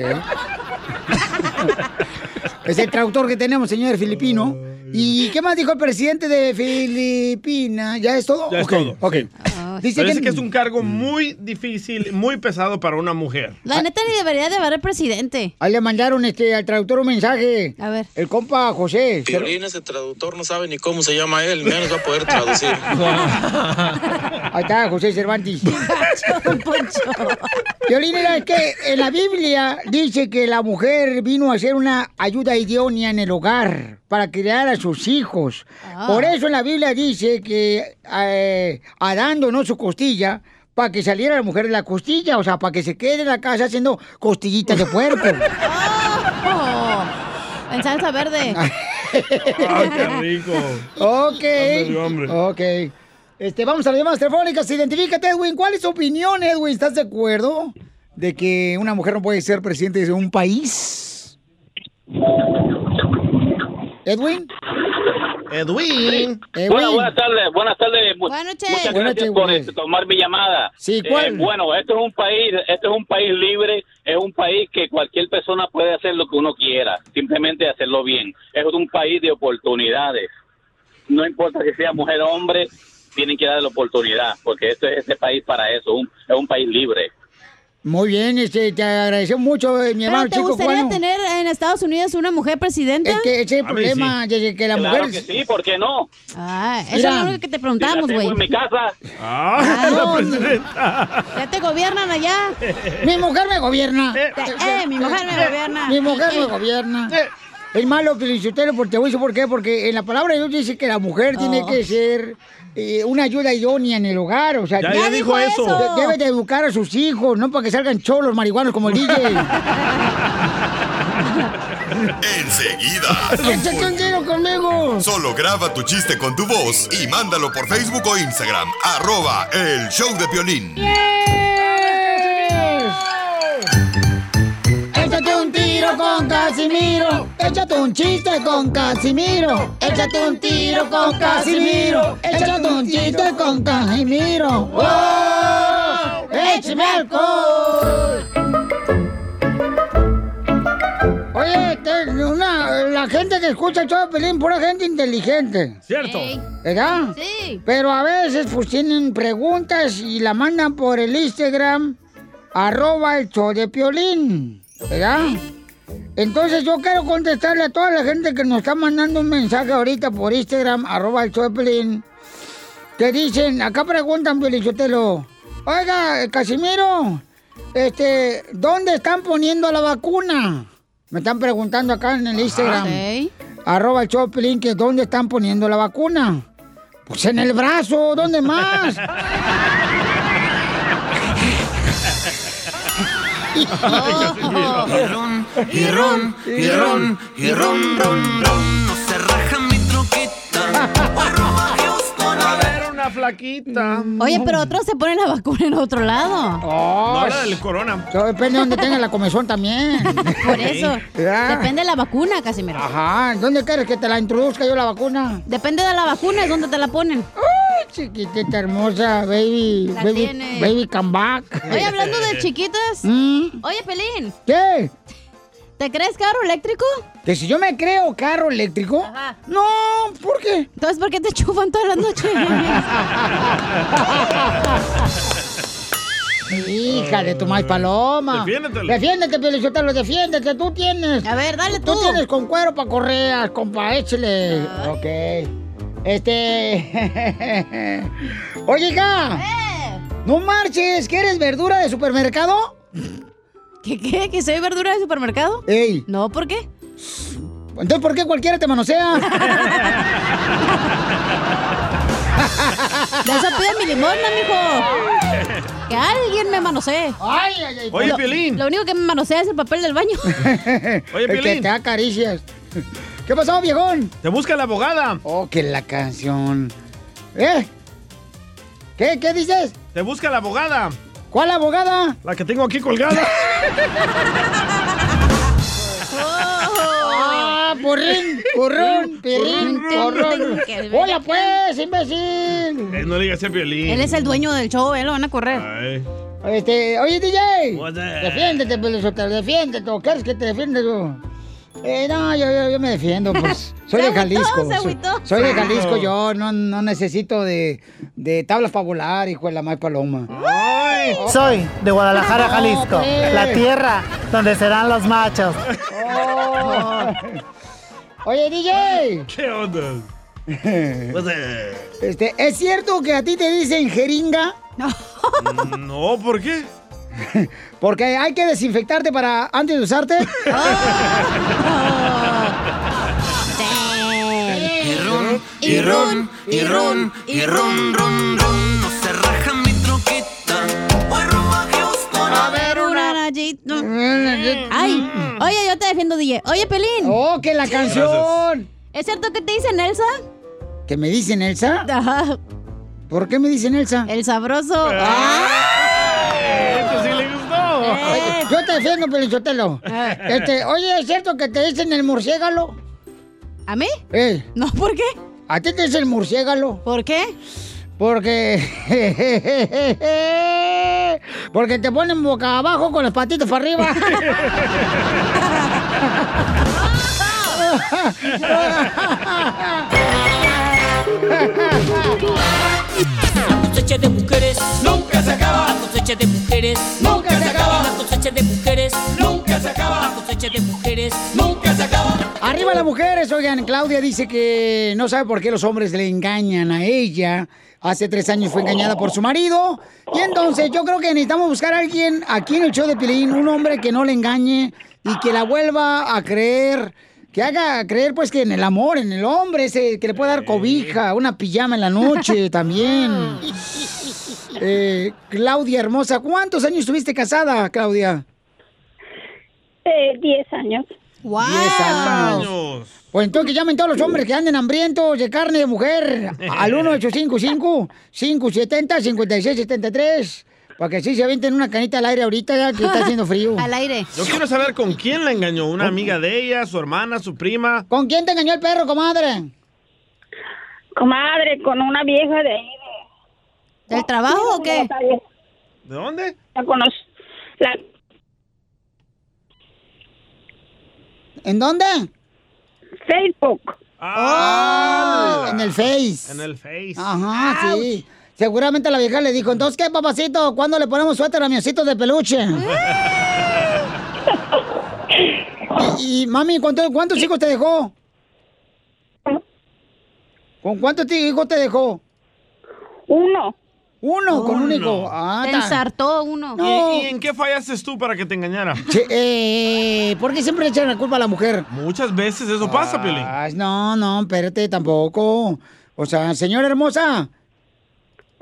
Speaker 3: Es el traductor que tenemos, señor filipino. ¿Y qué más dijo el presidente de Filipinas? ¿Ya es todo?
Speaker 4: Ya es
Speaker 3: Ok,
Speaker 4: todo,
Speaker 3: ok.
Speaker 4: sí.
Speaker 3: Dice
Speaker 5: Ah,
Speaker 4: Pero
Speaker 3: que...
Speaker 4: dice que Mm. es un cargo muy difícil, muy pesado para una mujer.
Speaker 5: La neta ni debería de haber presidente.
Speaker 3: Ah. Ahí le mandaron este, al traductor un mensaje.
Speaker 5: A ver.
Speaker 3: El compa José. Pero-
Speaker 24: Piolín, ese traductor no sabe ni cómo se llama él, menos va a poder traducir.
Speaker 3: Ahí está, José Cervantes. Violín, era que en la Biblia dice que la mujer vino a ser una ayuda idónea en el hogar para criar a sus hijos.
Speaker 25: Ah.
Speaker 3: Por eso en la Biblia dice que eh, Adán donó su costilla para que saliera la mujer de la costilla, o sea, para que se quede en la casa haciendo costillitas de puerco.
Speaker 5: Oh, en salsa verde.
Speaker 4: ¡Ay, qué rico!
Speaker 3: Ok.
Speaker 4: dio hambre.
Speaker 3: Ok. Este, vamos a las llamadas telefónicas. Identifícate, Edwin. ¿Cuál es tu opinión, Edwin? ¿Estás de acuerdo de que una mujer no puede ser presidente de un país? Edwin.
Speaker 4: Edwin.
Speaker 3: Edwin.
Speaker 26: Bueno, buenas tardes, buenas tardes. Mu-
Speaker 5: Buenas
Speaker 26: Muchas gracias por este, tomar mi llamada.
Speaker 3: Sí,
Speaker 26: Eh,
Speaker 3: ¿cuál?
Speaker 26: bueno, este es un país, este es un país libre, es un país que cualquier persona puede hacer lo que uno quiera, simplemente hacerlo bien. Es un país de oportunidades. No importa que sea mujer o hombre, tienen que darle la oportunidad, porque este este país para eso, un- es un país libre.
Speaker 3: Muy bien, este, te agradezco mucho, eh, mi
Speaker 5: Pero
Speaker 3: hermano
Speaker 5: ¿Te
Speaker 3: chico
Speaker 5: gustaría
Speaker 3: cubano.
Speaker 5: tener en Estados Unidos una mujer presidenta?
Speaker 3: Es que ese es el A mí problema, sí. Yeye, que la
Speaker 26: Claro que sí, ¿por qué no?
Speaker 5: Ah, eso
Speaker 26: Mira.
Speaker 5: es lo único que te preguntamos,
Speaker 26: Yo la
Speaker 5: güey.
Speaker 26: tengo en mi casa.
Speaker 4: Ah,
Speaker 5: la
Speaker 4: presidenta.
Speaker 5: Ya te gobiernan allá.
Speaker 3: Mi mujer me gobierna.
Speaker 5: Eh, mi mujer me gobierna.
Speaker 3: Mi mujer me
Speaker 5: Eh.
Speaker 3: gobierna. Es malo, Felicitero, porque te voy a decir por qué. Porque en la palabra de Dios dice que la mujer tiene
Speaker 5: Oh.
Speaker 3: que ser eh, una ayuda idónea en el hogar. O sea,
Speaker 4: Ya, ya Ya dijo dijo eso. eso.
Speaker 3: de- Debe de educar a sus hijos, no para que salgan cholos marihuanos como el DJ.
Speaker 9: Enseguida.
Speaker 3: ¡Échate un tiro conmigo!
Speaker 9: Solo graba tu chiste con tu voz y mándalo por Facebook o Instagram. Arroba el show de violín.
Speaker 3: Oh. Échate un tiro con Casimiro. Échate un chiste con Casimiro. Échate un tiro con Casimiro. Échate un chiste con Casimiro. Oh. ¡Wow! ¡Échame alcohol! Oye, te- una, la gente que escucha el show de Pelín, pura gente inteligente.
Speaker 4: Cierto.
Speaker 3: ¿Verdad?
Speaker 5: Sí.
Speaker 3: Pero a veces pues tienen preguntas y la mandan por el Instagram, arroba el show de Piolín, ¿verdad? Entonces yo quiero contestarle a toda la gente que nos está mandando un mensaje ahorita por Instagram, arroba el show de Piolín, que dicen, acá preguntan, Piolín Sotelo, oiga, eh, Casimiro, este, ¿dónde están poniendo la vacuna? Me están preguntando acá
Speaker 5: Ah,
Speaker 3: en el Instagram, arroba el show de Piolín, que dónde están poniendo la vacuna. Pues en el brazo, ¿dónde más?
Speaker 8: Y ron, y ron, y ron, y ron, ron, ron. No se raja mi troquita. Voy rumbo a Houston.
Speaker 4: A ver, una flaquita.
Speaker 5: Mm. Oye, pero otros se ponen la vacuna en otro lado.
Speaker 4: No habla del corona.
Speaker 3: Todo depende de dónde tenga la comezón también.
Speaker 5: Por eso.
Speaker 3: Ya.
Speaker 5: Depende de la vacuna, Casimiro.
Speaker 3: Ah. Ajá, ¿dónde quieres que te la introduzca yo la vacuna?
Speaker 5: Depende de la vacuna, es donde te la ponen.
Speaker 3: Ay, chiquitita hermosa, baby.
Speaker 5: La
Speaker 3: baby,
Speaker 5: tiene.
Speaker 3: baby come back.
Speaker 5: Oye, hablando de chiquitas.
Speaker 3: Mm.
Speaker 5: Oye, Pelín,
Speaker 3: ¿Qué?
Speaker 5: ¿te crees carro eléctrico?
Speaker 3: ¡Eh! ¿Que si yo me creo carro eléctrico? No, ¿por qué?
Speaker 5: Entonces, ¿por qué te chupan todas las noches?
Speaker 3: Hija de tu mal paloma.
Speaker 4: Defiéndetele.
Speaker 3: Defiéndete, Pielichotelo, defiéndete. Tú tienes.
Speaker 5: A ver, dale tú. Ah.
Speaker 3: tienes con cuero para correas, compa, échale. Ok. Este. Oye, hija.
Speaker 5: Eh.
Speaker 3: No marches, ¿que eres verdura de supermercado?
Speaker 5: ¿Qué, qué? ¿Que soy verdura de supermercado?
Speaker 3: Ey.
Speaker 5: No, ¿por qué?
Speaker 3: Entonces, ¿por qué cualquiera te manosea?
Speaker 5: De eso pide mi limosna, mijo. Que alguien me manosee.
Speaker 3: Ay, ay, ay.
Speaker 4: Oye,
Speaker 5: Lo-
Speaker 4: Piolín.
Speaker 5: Lo único que me manosea es el papel del baño.
Speaker 4: Oye,
Speaker 3: El que
Speaker 4: Piolín.
Speaker 3: te da caricias. ¿Qué pasó, viejón?
Speaker 4: Te busca la abogada.
Speaker 3: Oh, que la canción. ¿Eh? ¿Qué? ¿Qué dices?
Speaker 4: Te busca la abogada.
Speaker 3: ¿Cuál abogada?
Speaker 4: La que tengo aquí colgada.
Speaker 3: ¡Ah, porrín! ¡Porrón! ¡Pirrín! ¡Porrón! ¡Hola, pues, imbécil!
Speaker 4: Eh, no le digas a Piolín.
Speaker 5: Él es el dueño del show, él lo van a correr.
Speaker 4: Ay.
Speaker 3: Este, oye, DJ.
Speaker 4: What's that?
Speaker 3: Defiéndete, pelizotero, defiéndete. ¿o ¿Quieres que te defienda yo? Eh, no, yo, yo, yo me defiendo, pues. Soy
Speaker 5: Se
Speaker 3: de
Speaker 5: agüitó,
Speaker 3: Jalisco.
Speaker 5: se
Speaker 3: soy,
Speaker 5: agüitó.
Speaker 3: soy de Jalisco yo, no, no necesito de, de tablas para volar, hijo de la mal paloma.
Speaker 4: Ay.
Speaker 27: Soy de Guadalajara, Jalisco,
Speaker 3: pues.
Speaker 27: la tierra donde serán los machos.
Speaker 3: Oye, DJ.
Speaker 4: ¿Qué onda? What's that?
Speaker 3: Este, ¿es cierto que a ti te dicen jeringa?
Speaker 4: No, ¿por qué?
Speaker 3: Porque hay que desinfectarte para antes de usarte.
Speaker 8: Y ron, y ron, y ron, y ron, ron, ron. No se raja mi troquita. Voy rumbo a Houston a ver
Speaker 5: Una rayita. Ay, oye, yo te defiendo, DJ. Oye, Pelín.
Speaker 3: Mm. ¡Oh, que la canción!
Speaker 5: ¿Es cierto que te dicen Elsa?
Speaker 3: ¿Que me dicen Elsa?
Speaker 5: Ajá,
Speaker 3: ¿Por qué me dicen Elsa? Ah.
Speaker 5: El sabroso.
Speaker 4: Esto Ah, este sí le gustó.
Speaker 3: Oye, Yo te defiendo, Pelichotelo.
Speaker 5: Ah.
Speaker 3: Este, oye, ¿es cierto que te dicen el murciégalo?
Speaker 5: ¿A mí?
Speaker 3: Eh,
Speaker 5: No, ¿por qué?
Speaker 3: ¿a ti te dicen el murciégalo?
Speaker 5: ¿Por qué?
Speaker 3: Porque... Porque te ponen boca abajo con las patitas para arriba.
Speaker 1: cosecha de mujeres nunca se acaba. La cosecha de mujeres nunca se acaba. La cosecha de mujeres nunca se acaba. La cosecha de mujeres nunca se acaba.
Speaker 3: Arriba las mujeres, oigan, Claudia dice que no sabe por qué los hombres le engañan a ella. Hace tres años fue engañada por su marido. Y entonces yo creo que necesitamos buscar a alguien aquí en el show de Pilín, un hombre que no le engañe y que la vuelva a creer, que haga creer pues que en el amor, en el hombre, ese que le puede dar cobija, una pijama en la noche también. Eh, Claudia hermosa, ¿cuántos años estuviste casada, Claudia?
Speaker 13: Eh, diez años.
Speaker 5: ¡Wow!
Speaker 3: Diez años.
Speaker 4: Años.
Speaker 3: Pues entonces que llamen todos los hombres que anden hambrientos de carne de mujer al 1855-570-5673 para que sí se avienten una canita al aire ahorita ya que está haciendo frío.
Speaker 5: Al aire.
Speaker 4: Yo quiero saber con quién la engañó. ¿Una amiga de ella, su hermana, su prima?
Speaker 3: ¿Con quién te engañó el perro, comadre?
Speaker 13: Comadre, con una vieja de ahí.
Speaker 5: ¿Del trabajo o qué?
Speaker 4: ¿De dónde?
Speaker 13: La conoz- la-
Speaker 3: ¿En dónde?
Speaker 13: Facebook.
Speaker 3: Ah, en el Face.
Speaker 4: En el Face.
Speaker 3: Ajá, sí. Seguramente la vieja le dijo, entonces, ¿qué, papacito? ¿Cuándo le ponemos suéter a mi osito de peluche? y, y, mami, ¿cuánto- ¿cuántos hijos te dejó? ¿Con cuántos ti- hijos te dejó?
Speaker 13: Uno.
Speaker 3: Uno, con un
Speaker 4: Uno.
Speaker 3: hijo. Ah,
Speaker 5: Te
Speaker 3: ta-
Speaker 5: ensartó uno.
Speaker 4: ¿Y,
Speaker 3: No.
Speaker 4: y en qué fallaste tú para que te engañara?
Speaker 3: Che, eh, ¿Por qué siempre le echan la culpa a la mujer?
Speaker 4: Muchas veces eso pasa, Piolín.
Speaker 3: Ay, no, no, espérate, tampoco. O sea, señora hermosa,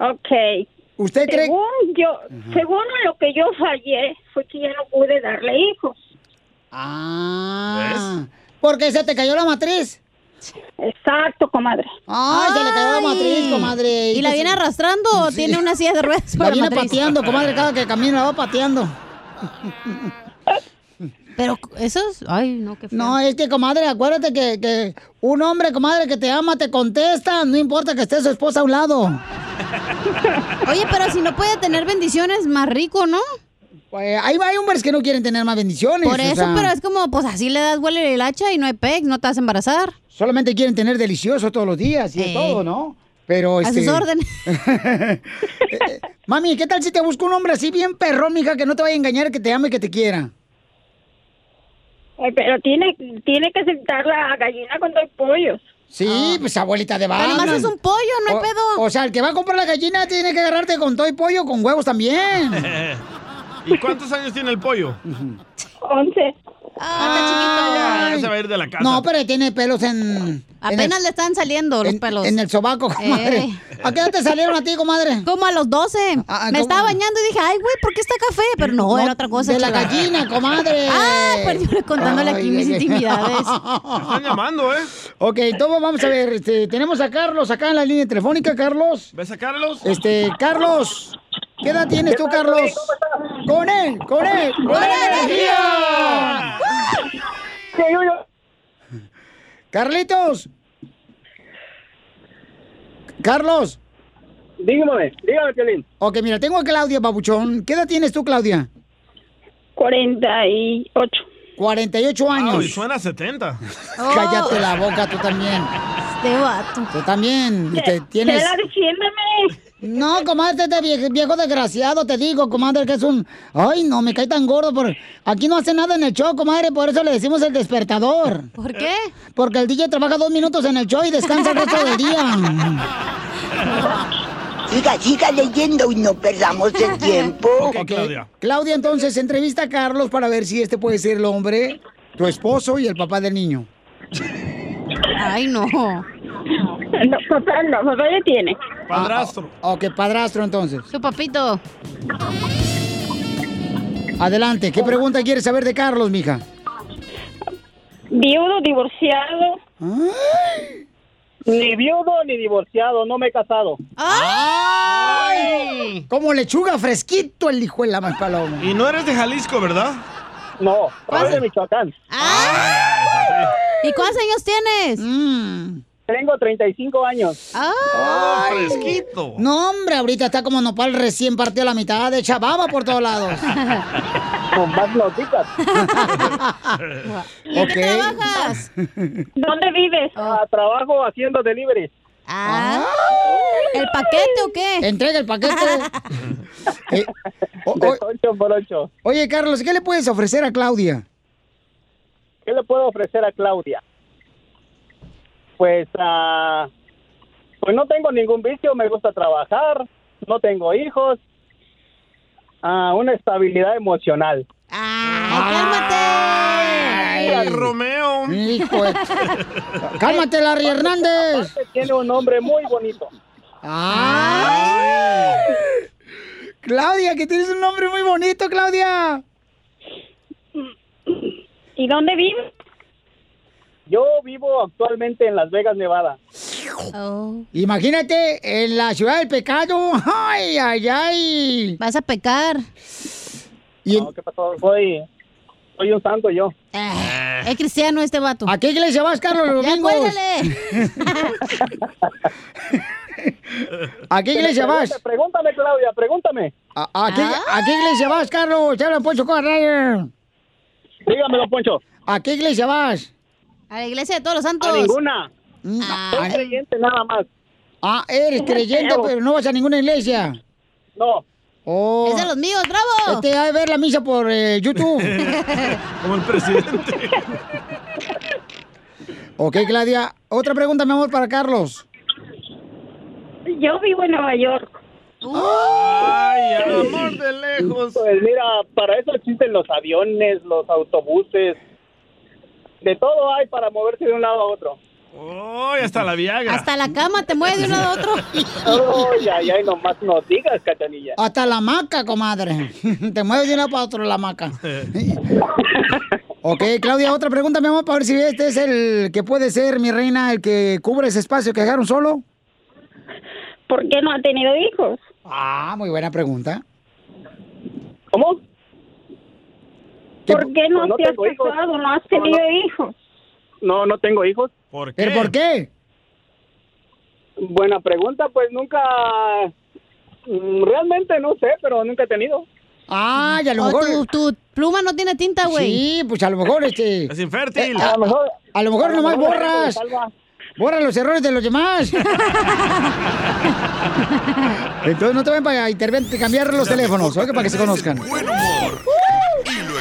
Speaker 13: Ok.
Speaker 3: ¿usted cree...
Speaker 13: Según yo, según a lo que yo fallé, fue que ya no pude darle hijos.
Speaker 3: Ah, ¿por qué se te cayó la matriz?
Speaker 13: Exacto, comadre.
Speaker 3: Ay, se Ah, le cayó la matriz, comadre.
Speaker 5: ¿Y la viene arrastrando o tiene una silla de ruedas
Speaker 3: La
Speaker 5: para
Speaker 3: viene
Speaker 5: matriz?
Speaker 3: pateando, comadre, cada que camina la va pateando.
Speaker 5: Pero esos, ay, no, qué feo.
Speaker 3: No, es que, comadre, acuérdate que, que un hombre, comadre, que te ama, te contesta, no importa que esté su esposa a un lado.
Speaker 5: Oye, pero si no puede tener bendiciones, más rico, ¿no?
Speaker 3: Pues hay, hay hombres que no quieren tener más bendiciones.
Speaker 5: Por
Speaker 3: o
Speaker 5: eso,
Speaker 3: sea,
Speaker 5: pero es como, pues así le das huele el hacha y no hay pec, no te vas a embarazar.
Speaker 3: Solamente quieren tener delicioso todos los días y de
Speaker 5: Sí.
Speaker 3: todo, ¿no? Pero,
Speaker 5: A sus
Speaker 3: este, Eh,
Speaker 5: órdenes.
Speaker 3: Mami, ¿qué tal si te busco un hombre así bien perrón, mija, que no te vaya a engañar, que te ame y que te quiera?
Speaker 13: Ay, pero tiene, tiene que sentar la gallina con dos pollos.
Speaker 3: Sí,
Speaker 5: Ah.
Speaker 3: pues abuelita de barrio.
Speaker 13: nomás es un pollo, no hay
Speaker 3: O-
Speaker 13: pedo.
Speaker 3: O sea, el que va a comprar la gallina tiene que agarrarte con todo y pollo, con huevos también.
Speaker 4: ¿Y cuántos años tiene el pollo?
Speaker 13: Once.
Speaker 4: Ah, ya se va a ir de la casa.
Speaker 3: No, pero tiene pelos en...
Speaker 5: Apenas le están saliendo los pelos. En
Speaker 3: el sobaco, comadre. ¿A qué edad te salieron a ti, comadre? Ah,
Speaker 5: Como a los 12. Me
Speaker 3: ¿cómo?
Speaker 5: estaba bañando y dije, ay, güey, ¿por qué está café? Pero no,
Speaker 3: No,
Speaker 5: era otra cosa.
Speaker 3: de la
Speaker 5: chela.
Speaker 3: gallina, comadre.
Speaker 5: Ah, perdón, contándole aquí
Speaker 3: Ay,
Speaker 5: mis
Speaker 3: ay, ay.
Speaker 5: intimidades.
Speaker 4: Están llamando, ¿eh?
Speaker 3: Ok, entonces vamos a ver. este, tenemos a Carlos acá en la línea telefónica, Carlos.
Speaker 4: ¿Ves a Carlos?
Speaker 3: Este, Carlos, ¿qué edad tienes tú, Carlos? Con él, con él, con energía. Carlitos. Carlos.
Speaker 2: Dígame, dígame, Piolín.
Speaker 3: Ok, mira, tengo a Claudia, babuchón. ¿Qué edad tienes tú, Claudia?
Speaker 13: 48.
Speaker 3: 48 años.
Speaker 4: Ay, suena a 70.
Speaker 5: Oh,
Speaker 3: Cállate la boca, tú también.
Speaker 5: Este vato.
Speaker 3: Tú también. y te tienes...
Speaker 13: Chela, defiéndeme.
Speaker 3: No, comadre, este viejo, viejo desgraciado, te digo, comadre, que es un... Ay, no, me cae tan gordo. Por... Aquí no hace nada en el show, comadre, por eso le decimos el despertador.
Speaker 5: ¿Por qué?
Speaker 3: Porque el DJ trabaja dos minutos en el show y descansa el resto del día.
Speaker 6: Siga, siga leyendo y no perdamos el tiempo.
Speaker 3: Ok, Claudia. entonces entrevista a Carlos para ver si este puede ser el hombre, tu esposo y el papá del niño.
Speaker 5: Ay, no.
Speaker 3: No, papá no, papá ya tiene. Padrastro. Ah, ok, padrastro entonces.
Speaker 5: Su papito.
Speaker 3: Adelante, ¿qué pregunta quieres saber de Carlos, mija?
Speaker 2: Viudo, divorciado. Ni viudo ni divorciado, no me he casado.
Speaker 3: ¡Ay! Como lechuga fresquito el hijo de la más paloma.
Speaker 4: Y no eres de Jalisco, ¿verdad?
Speaker 2: No, soy de Michoacán.
Speaker 5: ¿Y cuántos años tienes?
Speaker 2: Mm. Tengo 35 años.
Speaker 3: ¡Ay!
Speaker 4: Oh, fresquito.
Speaker 3: No, hombre, ahorita está como nopal recién partido a la mitad de chababa por todos lados.
Speaker 2: Con más noticas.
Speaker 3: ¿Y en qué Ok.
Speaker 2: trabajas? ¿Dónde vives?
Speaker 5: Oh.
Speaker 2: Ah, trabajo haciendo delivery.
Speaker 5: Ah. ¿El paquete o qué?
Speaker 3: Ah. Entrega el paquete.
Speaker 2: De 8 por 8.
Speaker 3: Eh, Oye, Carlos, ¿qué le puedes ofrecer a Claudia?
Speaker 2: ¿Qué le puedo ofrecer a Claudia? Pues, ah, pues no tengo ningún vicio, me gusta trabajar, no tengo hijos, ah, una estabilidad emocional.
Speaker 4: Ay, Romeo.
Speaker 3: Hijo de- Cálmate, Larry Hernández.
Speaker 2: Tiene un nombre muy bonito.
Speaker 3: Claudia, que tienes un nombre muy bonito, Claudia.
Speaker 2: ¿Y dónde vives? Yo vivo actualmente en Las Vegas, Nevada.
Speaker 3: Oh. Imagínate en la ciudad del pecado. Ay, ay, ay.
Speaker 5: Vas a pecar.
Speaker 2: No, ¿Qué pasó? Soy, soy un santo yo.
Speaker 5: Es cristiano este vato.
Speaker 3: ¿A qué iglesia vas, Carlos, los
Speaker 5: Ya
Speaker 3: domingos?
Speaker 5: cuélgale.
Speaker 3: ¿A qué iglesia vas?
Speaker 2: Pregúntame, Claudia, pregúntame.
Speaker 3: ¿A, a qué, a
Speaker 5: Ah.
Speaker 3: qué iglesia vas, Carlos? Te habla Poncho Correr.
Speaker 2: Dígamelo, Poncho.
Speaker 3: ¿A qué iglesia vas?
Speaker 5: A la iglesia de todos los santos.
Speaker 3: A ninguna.
Speaker 5: Ah. Soy
Speaker 2: creyente nada más.
Speaker 3: Ah, eres creyente,
Speaker 5: Pero-
Speaker 3: pero no vas a ninguna iglesia.
Speaker 2: No.
Speaker 3: Oh.
Speaker 5: Es de los míos, bravo.
Speaker 3: Este, a ver la misa por eh, YouTube.
Speaker 4: Como el presidente.
Speaker 3: ok, Claudia. Otra pregunta, mi amor, para Carlos.
Speaker 13: Yo vivo en Nueva York.
Speaker 4: Ay, al amor de lejos.
Speaker 2: Pues mira, para eso existen los aviones, los autobuses. De todo hay para moverse de un lado a otro.
Speaker 4: Oh, hasta la Viagra.
Speaker 5: Hasta la cama te mueve de uno a otro.
Speaker 2: Ay, ay, ay, nomás no digas, Cachanilla.
Speaker 3: Hasta la maca, comadre. Te mueves de una para otro la maca. ok, Claudia, otra pregunta, mi amor, para ver si este es el que puede ser, mi reina, el que cubre ese espacio que dejaron solo.
Speaker 13: ¿Por qué no ha tenido hijos?
Speaker 3: Ah, muy buena pregunta.
Speaker 13: ¿Cómo? ¿Por qué no,
Speaker 2: No
Speaker 13: te has
Speaker 2: tengo hijos.
Speaker 13: casado? ¿No has
Speaker 2: No,
Speaker 13: tenido
Speaker 2: no.
Speaker 13: hijos?
Speaker 2: No, no tengo hijos.
Speaker 4: ¿Por
Speaker 3: ¿Pero por qué?
Speaker 2: Buena pregunta, pues nunca. mm, Realmente no sé, pero nunca he tenido.
Speaker 3: Ah, ya a lo
Speaker 5: Oh, tu,
Speaker 3: mejor.
Speaker 5: tu pluma no tiene tinta, güey.
Speaker 3: Sí, pues a lo mejor este.
Speaker 4: Es infértil.
Speaker 3: a, lo mejor, a lo mejor nomás borras. Borra los errores de los demás. Entonces no te ven para interven- cambiar los teléfonos, oiga, para que se conozcan.
Speaker 9: Y lo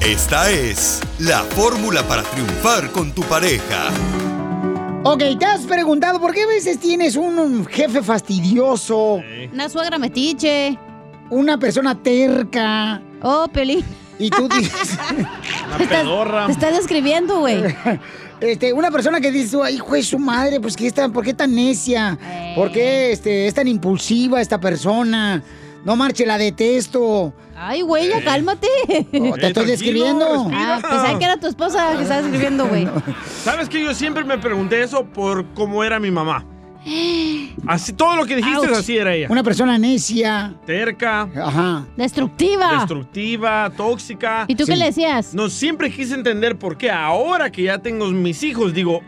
Speaker 9: Esta es la fórmula para triunfar con tu pareja.
Speaker 3: Ok, te has preguntado por qué a veces tienes un jefe fastidioso,
Speaker 5: Una suegra metiche.
Speaker 3: una persona terca.
Speaker 5: Oh, Pelín.
Speaker 3: Y tú dices.
Speaker 5: Te estás- Te estás describiendo, güey.
Speaker 3: Este, una persona que dice, ay, hijo de su madre, pues que está, ¿por qué tan necia? ¿Por qué este, es tan impulsiva esta persona? No marche, la detesto. Oh,
Speaker 5: Ay, güey, ya cálmate.
Speaker 3: te estoy describiendo.
Speaker 5: Ah, pensaba que era tu esposa que estaba escribiendo, güey.
Speaker 4: ¿Sabes que yo siempre me pregunté eso por cómo era mi mamá? Así, todo lo que dijiste
Speaker 3: Ouch.
Speaker 4: así era ella.
Speaker 3: Una persona necia.
Speaker 4: Terca.
Speaker 3: Ajá.
Speaker 5: Destructiva.
Speaker 4: Destructiva, tóxica.
Speaker 5: ¿Y tú qué Sí. le decías?
Speaker 4: No, siempre quise entender por qué ahora que ya tengo mis hijos, digo,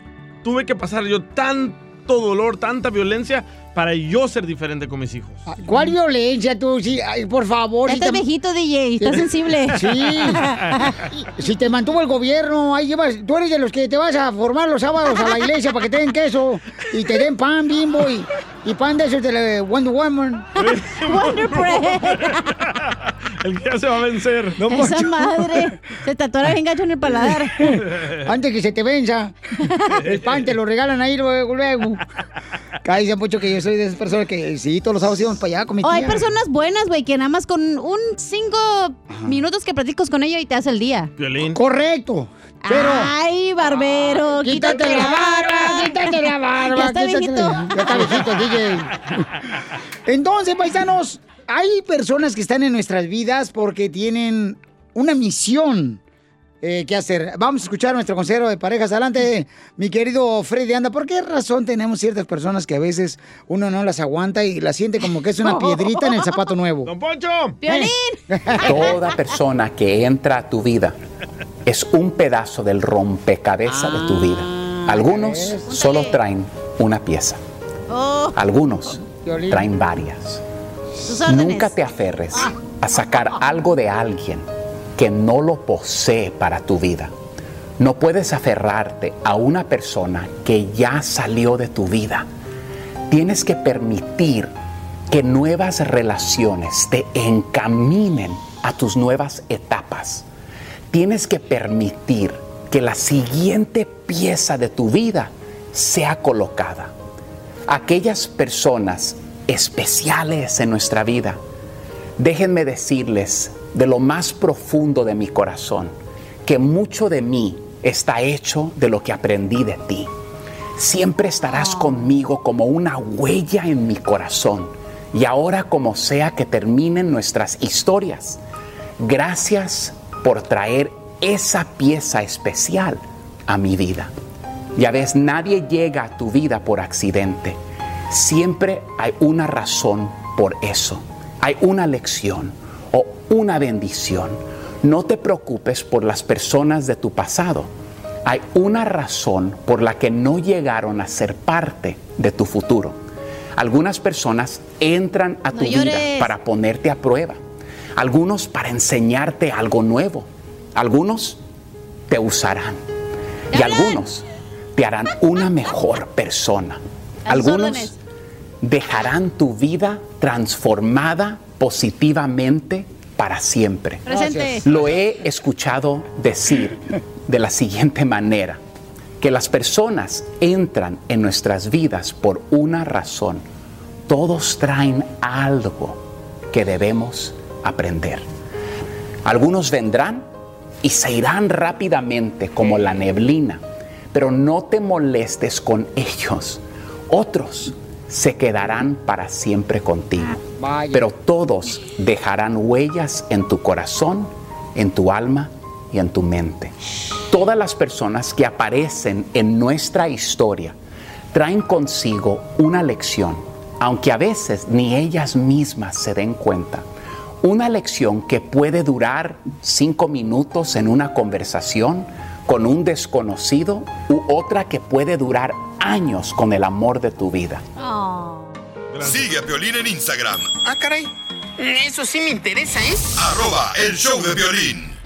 Speaker 4: tuve que pasar yo tanto dolor, tanta violencia para yo ser diferente con mis hijos.
Speaker 3: ¿Cuál violencia tú? Sí, ay, por favor.
Speaker 5: Ya
Speaker 3: si
Speaker 5: estás viejito, DJ, estás sensible.
Speaker 3: Sí. Si te mantuvo el gobierno, ahí llevas, tú eres de los que te vas a formar los sábados a la iglesia para que te den queso y te den pan bimbo y, y pan de esos de la Wonder Woman.
Speaker 5: Wonder Bread.
Speaker 4: El que ya se va a vencer.
Speaker 5: Esa madre. Se te atora bien gacho en el paladar.
Speaker 3: Antes que se te venza. El pan te lo regalan ahí luego, luego. Cállate mucho que yo soy de esas personas que sí, todos los sábados íbamos para allá con mi
Speaker 5: O Oh, hay
Speaker 3: tía.
Speaker 5: personas buenas, güey, que nada más con un cinco minutos que platicas con ella y te hace el día.
Speaker 4: Violín.
Speaker 3: Correcto. Pero.
Speaker 5: Ay,
Speaker 8: Ah,
Speaker 5: barbero, quítate,
Speaker 3: quítate la barba, quítate la barba.
Speaker 5: Ya está
Speaker 3: quítate-
Speaker 5: viejito.
Speaker 3: Ya está viejito, DJ. Entonces, paisanos, hay personas que están en nuestras vidas porque tienen una misión eh, que hacer. Vamos a escuchar a nuestro consejero de parejas. Adelante, mi querido Freddy Anda. ¿Por qué razón tenemos ciertas personas que a veces uno no las aguanta y las siente como que es una piedrita en el zapato nuevo?
Speaker 4: ¡Don Poncho!
Speaker 14: Toda persona que entra a tu vida es un pedazo del rompecabezas de tu vida. Algunos solo traen una pieza,
Speaker 5: Oh,
Speaker 14: algunos
Speaker 5: Violín.
Speaker 14: traen varias.
Speaker 5: sus órdenes.
Speaker 14: Nunca te aferres a sacar algo de alguien que no lo posee para tu vida. No puedes aferrarte a una persona que ya salió de tu vida. Tienes que permitir que nuevas relaciones te encaminen a tus nuevas etapas. Tienes que permitir que la siguiente pieza de tu vida sea colocada aquellas personas especiales en nuestra vida, déjenme decirles de lo más profundo de mi corazón que mucho de mí está hecho de lo que aprendí de ti. Siempre estarás conmigo como una huella en mi corazón. Y ahora como sea que terminen nuestras historias, gracias por traer esa pieza especial a mi vida. Ya ves, nadie llega a tu vida por accidente. Siempre hay una razón por eso. Hay una lección o una bendición. No te preocupes por las personas de tu pasado. Hay una razón por la que no llegaron a ser parte de tu futuro. Algunas personas entran a tu vida
Speaker 5: llores.
Speaker 14: para ponerte a prueba. Algunos para enseñarte algo nuevo. Algunos te usarán. Y algunos te harán una mejor persona.
Speaker 5: A sus
Speaker 14: Algunos
Speaker 5: órdenes.
Speaker 14: dejarán tu vida transformada positivamente para siempre.
Speaker 5: Presente.
Speaker 14: Lo he escuchado decir de la siguiente manera, que las personas entran en nuestras vidas por una razón. Todos traen algo que debemos aprender. Algunos vendrán y se irán rápidamente como la neblina, pero no te molestes con ellos. Otros se quedarán para siempre contigo, pero todos dejarán huellas en tu corazón, en tu alma y en tu mente. Todas las personas que aparecen en nuestra historia traen consigo una lección, aunque a veces ni ellas mismas se den cuenta. Una lección que puede durar cinco minutos en una conversación con un desconocido u otra que puede durar años con el amor de tu vida.
Speaker 9: Sigue a Piolín en Instagram,
Speaker 19: Ah, caray. Eso sí me interesa, ¿eh?
Speaker 9: arroba el show de violín.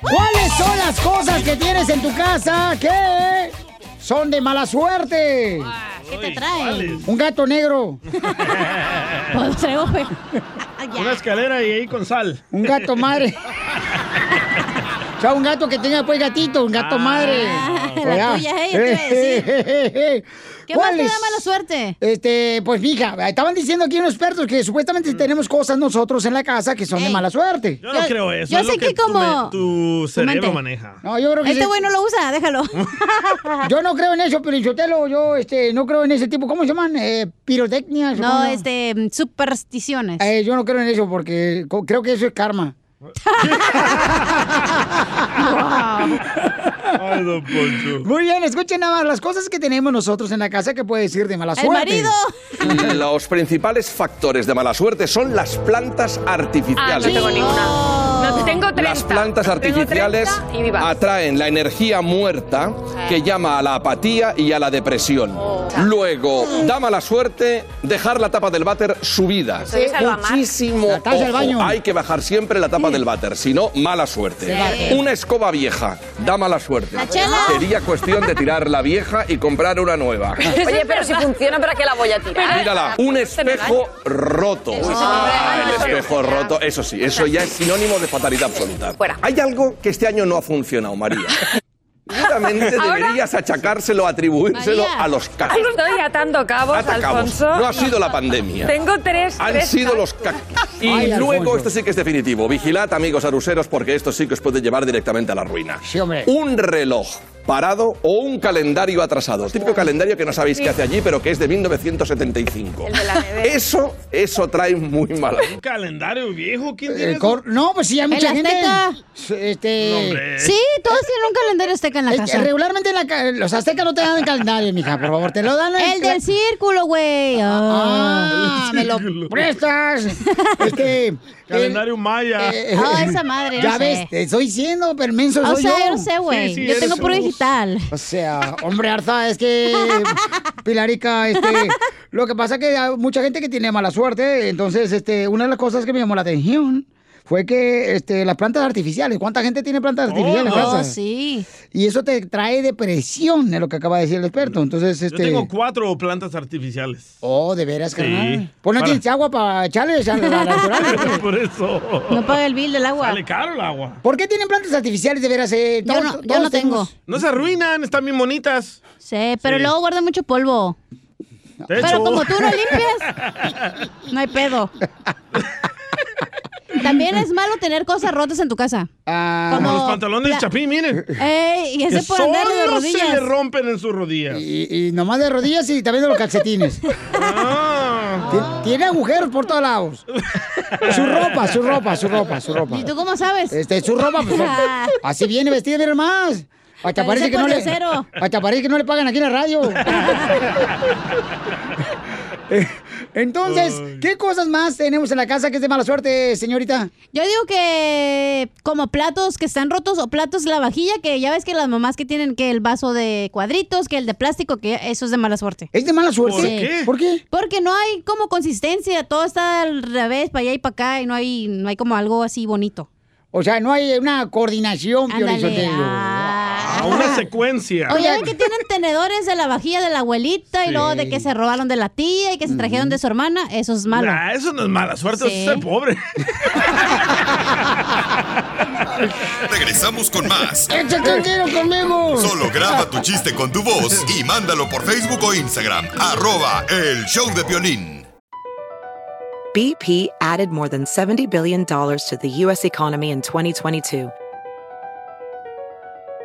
Speaker 3: ¿Cuáles son las cosas que tienes en tu casa que son de mala suerte?
Speaker 5: Ah, ¿Qué te trae?
Speaker 3: Un gato negro.
Speaker 5: Ah,
Speaker 4: Una escalera y ahí con sal.
Speaker 3: Un gato madre. O sea, un gato que tenga pues gatito, un gato
Speaker 4: Ah,
Speaker 3: madre.
Speaker 5: la
Speaker 3: Oiga.
Speaker 5: tuya, eh, yo te iba a decir. ¿Qué más te da
Speaker 3: ¿Cuáles?
Speaker 5: mala suerte?
Speaker 3: Este, pues mija, estaban diciendo aquí unos expertos que supuestamente tenemos cosas nosotros en la casa que son de mala suerte.
Speaker 4: Mm. Yo no creo eso. es lo tu me- Tu, cerebro maneja.
Speaker 3: No, yo creo que
Speaker 5: Este güey no lo usa, déjalo.
Speaker 3: Yo no creo en eso, Pelichotelo. Yo este, no creo en ese tipo. ¿Cómo se llaman? Eh, pirotecnias.
Speaker 5: No, este, supersticiones.
Speaker 3: Eh, yo no creo en eso porque co- creo que eso es karma.
Speaker 4: Ay, don Poncho.
Speaker 3: Muy bien, escuchen nada más las cosas que tenemos nosotros en la casa que puede decir de mala
Speaker 5: El
Speaker 3: suerte.
Speaker 5: marido.
Speaker 6: Los principales factores de mala suerte son las plantas artificiales.
Speaker 8: Ah, no tengo ninguna. No, tengo 30.
Speaker 6: Las plantas
Speaker 8: Tengo 30
Speaker 6: artificiales
Speaker 8: y vivas. Ah.
Speaker 6: atraen la energía muerta que llama a la apatía y a la depresión.
Speaker 8: Oh.
Speaker 6: Luego, da mala suerte dejar la tapa del váter subida.
Speaker 8: Eso es algo amar.
Speaker 6: Muchísimo.
Speaker 8: La taza del baño.
Speaker 6: Hay que bajar siempre la tapa del váter, si no, mala suerte.
Speaker 8: Sí.
Speaker 6: Una escoba vieja da mala suerte.
Speaker 8: La chela.
Speaker 6: Sería cuestión de tirar la vieja y comprar una nueva.
Speaker 8: Oye, pero si funciona, ¿para qué la voy a tirar?
Speaker 6: Ah, Mírala, un espejo roto. Ah, el espejo roto, eso sí, eso ya es sinónimo de fatalidad absoluta. Hay algo que este año no ha funcionado, María. Seguramente
Speaker 8: Ahora-
Speaker 6: deberías achacárselo, atribuírselo
Speaker 8: María.
Speaker 6: a los cactus.
Speaker 8: Estoy atando cabos,
Speaker 6: Atacamos.
Speaker 8: Alfonso.
Speaker 6: No ha sido la pandemia.
Speaker 8: Tengo tres.
Speaker 6: Han
Speaker 8: tres
Speaker 6: sido
Speaker 8: cactus.
Speaker 6: los cactus. Y
Speaker 8: Ay, Alfonso.
Speaker 6: luego, esto sí que es definitivo. Vigilad, amigos aruseros, porque esto sí que os puede llevar directamente a la ruina. Un reloj parado o un calendario atrasado. Típico calendario que no sabéis qué hace allí, pero que es de 1975. Eso, eso trae muy mala.
Speaker 4: Un calendario viejo, ¿quién tiene
Speaker 3: El
Speaker 4: eso?
Speaker 3: Eh, cor- no, pues sí, hay mucha
Speaker 5: El
Speaker 3: gente.
Speaker 5: Azteca.
Speaker 3: Este.
Speaker 4: No, hombre.
Speaker 5: Sí, todos tienen un calendario azteca en la
Speaker 3: Es que
Speaker 5: casa.
Speaker 3: regularmente en la ca- los aztecas no te dan el calendario, mija, por favor, te lo dan
Speaker 5: El del círculo, güey.
Speaker 3: Ah,
Speaker 5: Ah,
Speaker 3: me lo prestas. Este, eh,
Speaker 4: Calendario maya.
Speaker 5: Ah, esa madre, no
Speaker 3: Ya
Speaker 5: sé.
Speaker 3: ves, te estoy diciendo, permenso,
Speaker 5: O
Speaker 3: soy
Speaker 5: sea,
Speaker 3: yo.
Speaker 5: yo no sé, güey. yo tengo puro digital.
Speaker 3: O sea, hombre, Arza, es que, Pilarica, este, lo que pasa es que hay mucha gente que tiene mala suerte, entonces, este, una de las cosas que me llamó la atención fue que, este, las plantas artificiales, ¿cuánta gente tiene plantas artificiales?
Speaker 5: Oh,
Speaker 3: Arza?
Speaker 5: sí.
Speaker 3: Y eso te trae depresión, es lo que acaba de decir el experto, entonces,
Speaker 4: Yo
Speaker 3: este...
Speaker 4: tengo cuatro plantas artificiales.
Speaker 3: Oh, de veras,
Speaker 4: Sí.
Speaker 3: carnal. Pues no
Speaker 4: Para-
Speaker 3: tienes agua para echarle esa- la natural.
Speaker 4: Por eso.
Speaker 5: No paga el bill del agua.
Speaker 4: Sale caro el agua.
Speaker 3: ¿Por qué tienen plantas artificiales de veras? eh?
Speaker 5: Yo
Speaker 3: Todos-
Speaker 5: no- yo
Speaker 3: todos
Speaker 5: no tengo.
Speaker 3: tenemos-
Speaker 4: No se arruinan, están bien bonitas.
Speaker 5: Sí, pero
Speaker 4: Sí.
Speaker 5: luego guarda mucho polvo.
Speaker 4: De hecho-
Speaker 5: Pero como tú no limpias, no hay pedo. También es malo tener cosas rotas en tu casa.
Speaker 3: Ah,
Speaker 4: Como los pantalones
Speaker 5: la-
Speaker 4: de Chapín, miren.
Speaker 5: Ey, y ese
Speaker 4: Que
Speaker 5: por andar de
Speaker 4: solo se le
Speaker 5: rodillas.
Speaker 4: rompen en sus rodillas.
Speaker 3: Y, y nomás de rodillas y también de los calcetines.
Speaker 5: Ah.
Speaker 3: Ti- Tiene agujeros por todos lados. Su ropa, su ropa, su ropa, su ropa.
Speaker 5: ¿Y tú cómo sabes? Ah,
Speaker 3: Este, su ropa, pues, así viene vestida, mira más. Hasta parece,
Speaker 5: Parece
Speaker 3: que no le,
Speaker 5: cero.
Speaker 3: hasta parece que no le pagan aquí en la radio. Entonces, ¿qué cosas más tenemos en la casa que es de mala suerte, señorita?
Speaker 5: Yo digo que como platos que están rotos o platos la vajilla, que ya ves que las mamás que tienen que el vaso de cuadritos, que el de plástico, que eso es de mala suerte.
Speaker 3: ¿Es de mala suerte? ¿Por qué? ¿Por qué?
Speaker 5: Porque no hay como consistencia, todo está al revés, para allá y para acá, y no hay, no hay como algo así bonito.
Speaker 3: O sea, no hay una coordinación,
Speaker 5: Ándale,
Speaker 3: Piolizotelo.
Speaker 4: A
Speaker 5: Ah.
Speaker 4: una secuencia.
Speaker 5: Oye, ven que tienen tenedores de la vajilla de la abuelita
Speaker 4: Sí.
Speaker 5: y luego de que se robaron de la tía y que se trajeron de su hermana, eso es malo.
Speaker 4: Nah, Ah, eso no es mala suerte,
Speaker 5: Sí.
Speaker 4: eso es ser pobre.
Speaker 9: Regresamos con más.
Speaker 3: ¡Échate un tiro conmigo!
Speaker 9: Solo graba tu chiste con tu voz y mándalo por Facebook o Instagram. Arroba el show de violín.
Speaker 7: BP added more than $70 billion to the U.S. economy in 2022.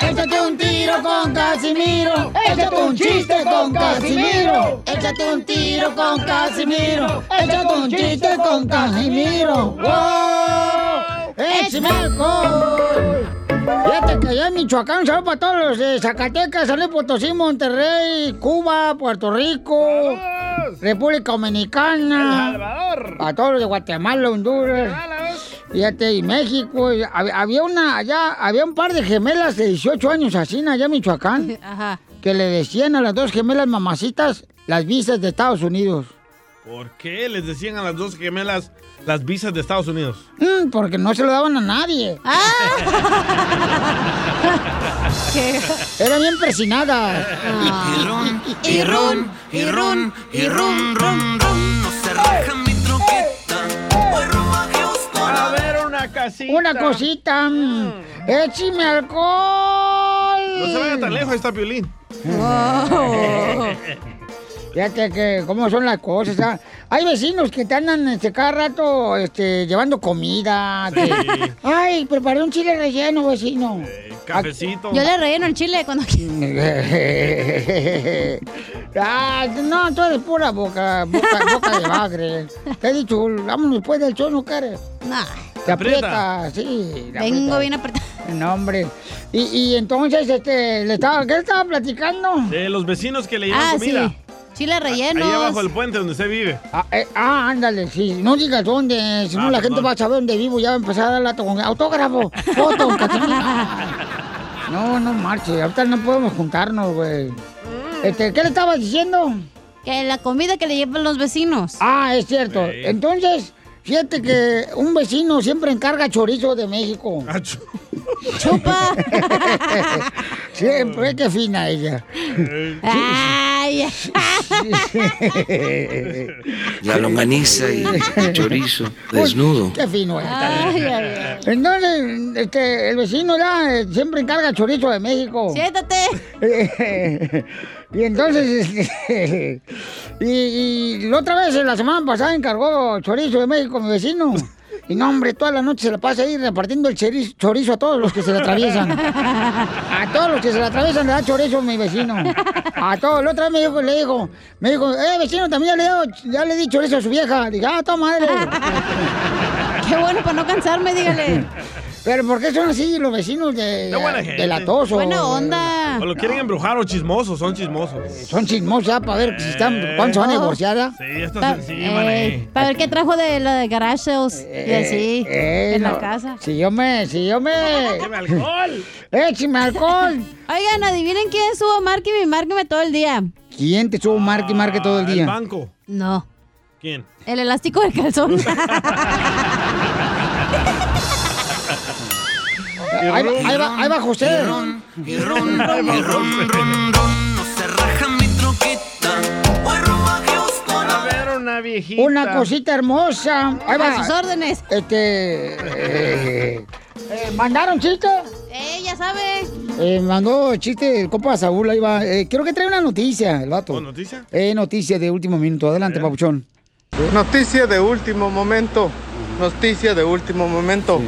Speaker 3: Échate un tiro con Casimiro. Échate un chiste con Casimiro. Échate un tiro con Casimiro. Échate un chiste con Casimiro. ¡Wow! ¡Échame alcohol! Fíjate que allá en Michoacán, saludos para todos los de Zacatecas, San Luis Potosí, Monterrey, Cuba, Puerto Rico, República Dominicana, a todos los de Guatemala, Honduras, fíjate, y México. y hab- había una, allá, había un par de gemelas de 18 años así, allá en Michoacán,
Speaker 5: Ajá.
Speaker 3: que le decían a las dos gemelas mamacitas las visas de Estados Unidos.
Speaker 4: ¿Por qué les decían a las dos gemelas las visas de Estados Unidos?
Speaker 3: Mm, porque no se lo daban a nadie.
Speaker 5: Ah.
Speaker 3: Eran bien presinadas.
Speaker 8: Y ron, y ron, y ron, y ron, ron, ron. No se raja mi troqueta.
Speaker 4: A ver, una casita.
Speaker 3: Una cosita. Mm.
Speaker 5: Mm.
Speaker 3: Écheme alcohol.
Speaker 4: No se vaya tan lejos, ahí está Piolín.
Speaker 5: Oh.
Speaker 3: Wow. Fíjate que cómo son las cosas. ah. Hay vecinos que te andan este, cada rato este, llevando comida. que-
Speaker 4: Sí.
Speaker 3: Ay, preparé un chile relleno, vecino. Mm.
Speaker 4: Cafecito.
Speaker 5: Yo le relleno el chile cuando
Speaker 3: Ah, no, tú eres pura boca, boca, boca de bagre. Te he dicho, vámonos pues del chono, cara.
Speaker 5: Nah.
Speaker 3: Te aprieta, sí. la
Speaker 5: Vengo
Speaker 3: aprieta.
Speaker 5: bien apretada.
Speaker 3: No, hombre. Y, y entonces, este, le estaba, ¿qué le estaba platicando?
Speaker 4: De los vecinos que le llevan
Speaker 5: Ah,
Speaker 4: comida.
Speaker 5: Chile
Speaker 4: Ahí
Speaker 5: relleno.
Speaker 4: abajo del puente donde usted vive.
Speaker 3: Ah, eh, ah, ándale, sí. No digas dónde, si no
Speaker 4: Ah,
Speaker 3: la gente
Speaker 4: perdón.
Speaker 3: va a saber dónde vivo. Ya va a empezar a dar lata con autógrafo, foto, Casimiro. No, no marche. Ahorita no podemos juntarnos, güey. Este, ¿qué le estaba diciendo?
Speaker 5: Mm. Que la comida que le llevan los vecinos.
Speaker 3: Ah, es cierto.
Speaker 5: Sí.
Speaker 3: Entonces, fíjate que un vecino siempre encarga chorizo de México.
Speaker 4: Ah,
Speaker 3: ¡Chupa! siempre, qué fina ella.
Speaker 5: Ay.
Speaker 17: Eh, La longaniza y el chorizo desnudo.
Speaker 3: Qué fino es. Entonces, este, el vecino ya eh, siempre encarga chorizo de México. Siéntate. y entonces, este, y, y la otra vez, la semana pasada, encargó chorizo de México mi vecino. Y no, hombre, toda la noche se la pasa ahí repartiendo el chorizo, chorizo a todos los que se le atraviesan. A todos los que se le atraviesan le da chorizo mi vecino. A todos. La otra vez me dijo, le dijo, me dijo, eh, vecino, también ya le, he dado- ya le di chorizo a su vieja. Le dije, ah, toma madre.
Speaker 5: Qué bueno para no cansarme, dígale.
Speaker 3: Pero ¿por qué son así los vecinos de,
Speaker 4: De buena gente.
Speaker 3: de Latoso?
Speaker 4: O lo quieren embrujar o chismosos, son chismosos.
Speaker 3: Son chismosas para ver pues, si están, cuándo se van a divorciar. ¿ah?
Speaker 4: Eh, Sí, ya
Speaker 5: Pa-
Speaker 4: estás
Speaker 5: eh,
Speaker 4: encima, Ney.
Speaker 5: para ver qué trajo de la de garage sales y así
Speaker 3: Eh,
Speaker 5: en
Speaker 3: no.
Speaker 5: la casa.
Speaker 3: Si yo me, si yo me. ¡Écheme
Speaker 4: alcohol!
Speaker 3: ¡Écheme alcohol!
Speaker 5: Oigan, adivinen quién subo marque y márqueme todo el día.
Speaker 3: ¿Quién te subo marque y marque todo el
Speaker 5: el
Speaker 3: día?
Speaker 4: Ah, banco.
Speaker 5: No,
Speaker 4: ¿Quién?
Speaker 5: el elástico del calzón.
Speaker 3: Ahí, va- ahí va, ahí va José.
Speaker 8: Y ron, y ron, ron, ron, no se raja mi troqueta.
Speaker 4: A ver, una viejita.
Speaker 3: Una cosita hermosa. Ahí va.
Speaker 5: A sus órdenes.
Speaker 3: Este. eh, eh, ¿Mandaron chiste?
Speaker 5: Eh, ya sabe.
Speaker 3: Eh, mandó chiste el compa Saúl, ahí va. Eh, creo que trae una noticia, el vato.
Speaker 4: noticia?
Speaker 3: Eh, noticia de último minuto. Adelante, papuchón.
Speaker 22: Noticia de último momento. Noticia de último momento.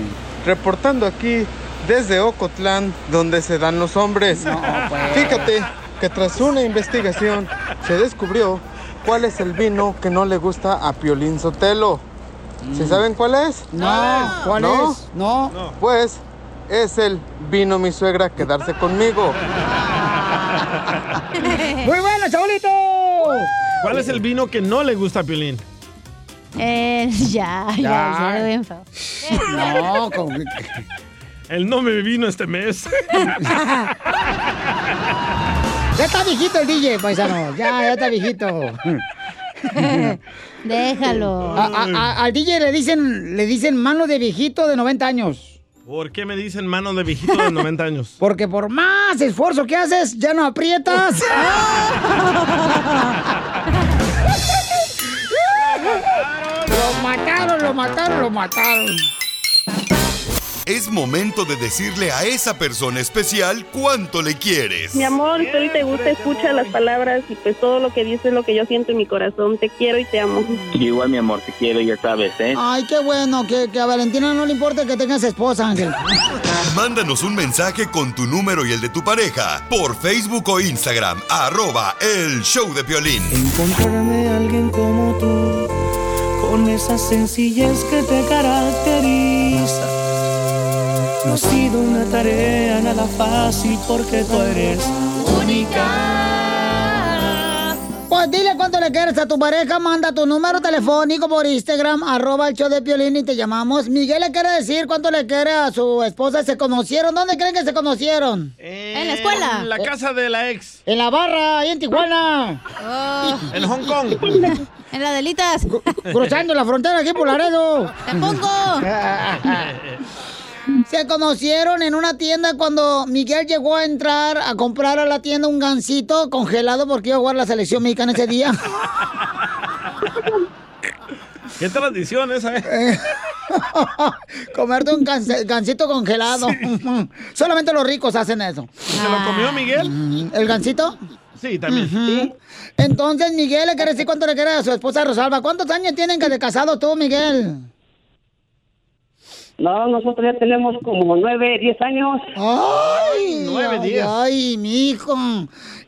Speaker 22: Reportando aquí desde Ocotlán, donde se dan los hombres.
Speaker 3: pues.
Speaker 22: Fíjate que tras una investigación se descubrió cuál es el vino que no le gusta a Piolín Sotelo. ¿Sí saben cuál es?
Speaker 3: Mm. No, ¿cuál es? No.
Speaker 22: Pues es el vino mi suegra quedarse conmigo.
Speaker 3: Muy bueno, chavalito.
Speaker 4: ¿Cuál es el vino que no le gusta a Piolín?
Speaker 5: Eh, ya, ya,
Speaker 4: Ya.
Speaker 5: ya, bien feo.
Speaker 3: No,
Speaker 4: El no me vino este mes.
Speaker 3: Ya está viejito el DJ, paisano. Ya, ya está viejito.
Speaker 5: Déjalo.
Speaker 3: A- a- a- al DJ le dicen, le dicen mano de viejito de 90 años.
Speaker 4: ¿Por qué me dicen mano de viejito de 90 años?
Speaker 3: Porque por más esfuerzo que haces, ya no aprietas. lo mataron, lo mataron, lo mataron.
Speaker 9: Es momento de decirle a esa persona especial cuánto le quieres.
Speaker 13: Mi amor, si te gusta, escucha las palabras y pues todo lo que dices es lo que yo siento en mi corazón. Te quiero y te amo.
Speaker 26: Igual, mi amor, te quiero, ya sabes, ¿eh?
Speaker 3: Ay, qué bueno, que, que a Valentina no le importa que tengas esposa, Ángel.
Speaker 9: Mándanos un mensaje con tu número y el de tu pareja por Facebook o Instagram, arroba el show de Piolín.
Speaker 8: Encontrarme a alguien como tú, con esa sencillez que te caracteriza. No ha sido una tarea nada fácil porque tú eres única.
Speaker 3: Pues dile cuánto le quieres a tu pareja, manda tu número telefónico por Instagram, arroba el show de Piolín y te llamamos. Miguel le quiere decir cuánto le quiere a su esposa, se conocieron, ¿dónde creen que se conocieron?
Speaker 4: en
Speaker 3: la escuela.
Speaker 4: La casa de la ex.
Speaker 3: En la barra, ahí en Tijuana. Oh.
Speaker 4: En Hong Kong.
Speaker 3: En la delitas. Cruzando la frontera aquí por Laredo. Se conocieron en una tienda cuando Miguel llegó a entrar a comprar a la tienda un gansito congelado porque iba a jugar la selección mexicana ese día.
Speaker 4: Qué tradición esa, ¿eh?
Speaker 3: Comerte un ganse- gansito congelado. Solamente los ricos hacen eso. Mm-hmm.
Speaker 4: ¿Se lo comió Miguel?
Speaker 3: ¿El gansito?
Speaker 4: Sí, también.
Speaker 3: Ujú. Entonces, Miguel, ¿le quiere decir cuánto le quiere a su esposa Rosalba? ¿Cuántos años tienen que de casado tú, Miguel?
Speaker 18: No, nosotros ya tenemos como nueve, diez años.
Speaker 3: ¡Ay!
Speaker 18: nueve,
Speaker 3: ay,
Speaker 18: diez.
Speaker 3: ¡Ay, mijo!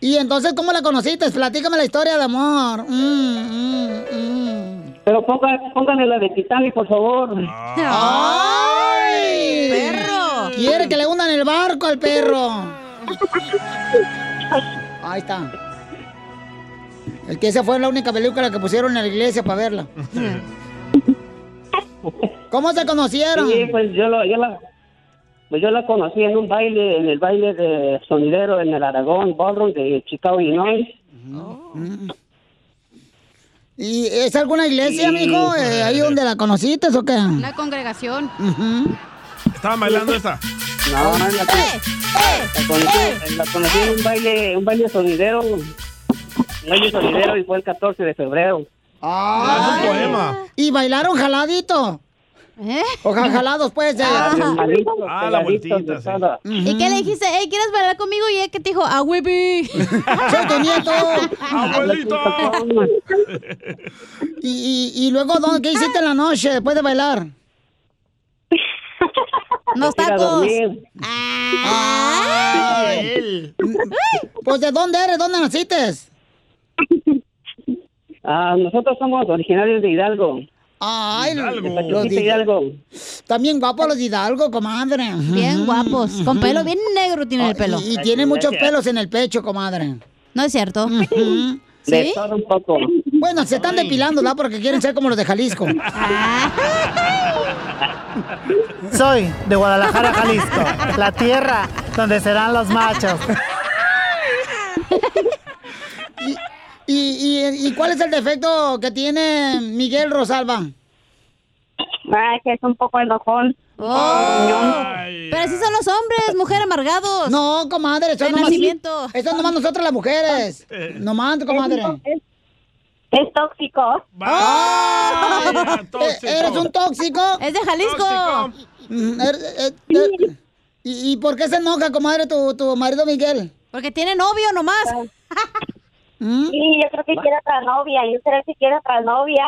Speaker 3: Y entonces, ¿cómo la conociste? Platícame la historia de amor. Mm, mm, mm.
Speaker 18: Pero ponga- pónganle la de Titanic, por favor.
Speaker 3: Ah. ¡Ay! ¡Perro! Quiere que le hundan el barco al perro. Ahí está. El que esa fue la única película que pusieron en la iglesia para verla. ¿Cómo se conocieron?
Speaker 18: Sí, pues yo, lo- yo la, pues yo la conocí en un baile, en el baile de sonidero en el Aragón Ballroom de Chicago, Illinois. Mm.
Speaker 3: ¿Y es alguna iglesia,
Speaker 18: Sí. pues.
Speaker 3: amigo? eh, ¿Ahí donde la conociste o qué?
Speaker 5: La congregación.
Speaker 3: Ujú.
Speaker 4: Estaban bailando esta.
Speaker 18: No, no, la, la conocí, la conocí en un baile, un baile sonidero. Un baile sonidero y fue el 14 de febrero.
Speaker 4: Ah,
Speaker 3: ¡Ay! ¿Y bailaron jaladito?
Speaker 5: ¿Eh?
Speaker 3: O ja- jalados, pues. eh.
Speaker 18: Ah, la vueltita,
Speaker 5: ¿Y qué le dijiste? Hey, ¿quieres bailar conmigo? Y él que te dijo, "Ah, a Wibby.
Speaker 3: ¡Soy tu nieto! ¿Y, y, y luego ¿dónde- qué hiciste en la noche después de bailar?
Speaker 5: Los
Speaker 3: tacos.
Speaker 18: dormir.
Speaker 3: Ay. Pues de dónde eres, dónde naciste.
Speaker 18: Ah, nosotros somos originarios de Hidalgo.
Speaker 3: Ay,
Speaker 18: Hidalgo.
Speaker 3: los
Speaker 18: Pachuquita
Speaker 3: de
Speaker 18: Hidalgo.
Speaker 3: También guapos los de Hidalgo, comadre.
Speaker 5: Bien guapos, con pelo bien negro tiene el
Speaker 3: Oh,
Speaker 5: pelo.
Speaker 3: Y, y tiene muchos pelos en el pecho, comadre.
Speaker 5: No es cierto.
Speaker 3: De
Speaker 5: ¿Sí?
Speaker 3: todo un poco. Bueno, se están depilando, ¿verdad? Porque quieren ser como los de Jalisco.
Speaker 5: Ah.
Speaker 27: Soy de Guadalajara, Jalisco, la tierra donde serán los machos.
Speaker 3: ¿Y, y, y cuál es el defecto que tiene Miguel Rosalba?
Speaker 13: Ah, que es un poco enojón.
Speaker 5: Pero así son los hombres, mujer amargados.
Speaker 3: No, comadre, eso
Speaker 5: De
Speaker 3: nomás,
Speaker 5: nacimiento.
Speaker 3: eso nomás nosotras las mujeres.
Speaker 8: Eh,
Speaker 3: Nomás, comadre. Es tóxico. Ah. Eh, ¿Eres un tóxico?
Speaker 5: Es de Jalisco.
Speaker 3: Mm, er- er- er- ¿Y, y por qué se enoja, comadre, tu, tu marido Miguel? ¿Mm?
Speaker 5: Porque tiene novio nomás.
Speaker 13: Ah. Sí, yo creo que quiere otra novia. Yo creo que quiere otra novia.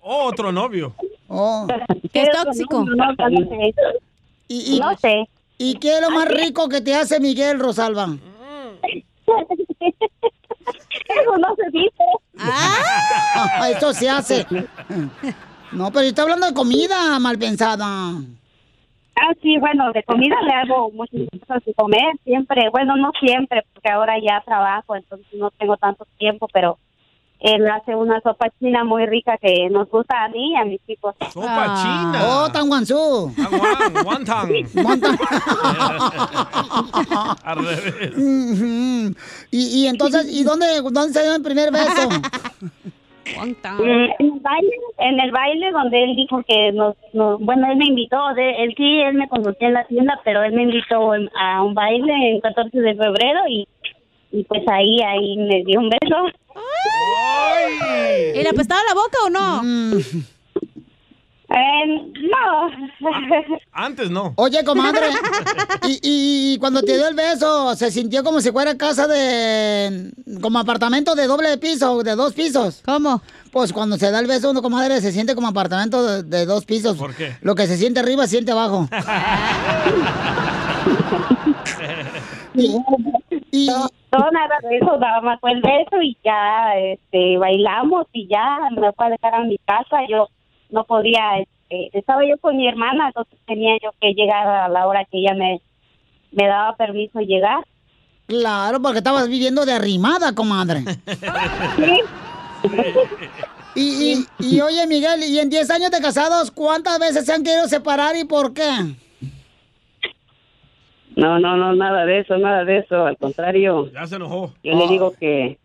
Speaker 4: Oh, otro novio.
Speaker 3: Oh.
Speaker 13: Que es tóxico.
Speaker 3: No, sé. Y, y- ¿Y qué es lo más rico que te hace Miguel Rosalba? Eso no se dice. Ah, eso se hace. No, pero está hablando de comida mal pensada.
Speaker 13: Ah, sí, bueno, de comida le hago muchas cosas de comer siempre. Bueno, no siempre, porque ahora ya trabajo, entonces no tengo tanto tiempo, pero él hace una sopa china muy rica que nos gusta a mí y a mis chicos.
Speaker 4: ¡Sopa china!
Speaker 3: Oh, tan guanzú.
Speaker 4: Ah, Guan- Wonton. Al revés.
Speaker 3: Ujú. y, y entonces, ¿y dónde, dónde se dio el primer beso?
Speaker 13: Mm, En el baile, en el baile donde él dijo que nos, nos- bueno, él me invitó, de, él sí, él me conoció en la tienda, pero él me invitó en- a un baile en 14 de febrero y, y pues ahí, ahí me dio un beso.
Speaker 5: ¿Y le apestaba la boca o no?
Speaker 13: no.
Speaker 4: Antes no.
Speaker 3: Oye, comadre, y, y- y cuando te dio el beso, ¿se sintió como si fuera casa de... como apartamento de doble piso, de dos pisos?
Speaker 5: ¿Cómo?
Speaker 3: Pues cuando se da el beso, uno, comadre, se siente como apartamento de, de dos pisos.
Speaker 4: ¿Por qué?
Speaker 3: Lo que se siente arriba, se siente abajo. Y, y-
Speaker 13: No, nada de eso, nada más fue el beso y ya este, bailamos y ya me fue a dejar a mi casa. Yo no podía, este, estaba yo con mi hermana, entonces tenía yo que llegar a la hora que ella me, me daba permiso llegar.
Speaker 3: claro, porque estabas viviendo de arrimada, comadre. Y, y- y oye, Miguel, ¿y en 10 años de casados cuántas veces se han querido separar y por qué?
Speaker 18: No, no, no, nada de eso, nada de eso. Al contrario,
Speaker 4: Ya se enojó.
Speaker 18: yo le digo que,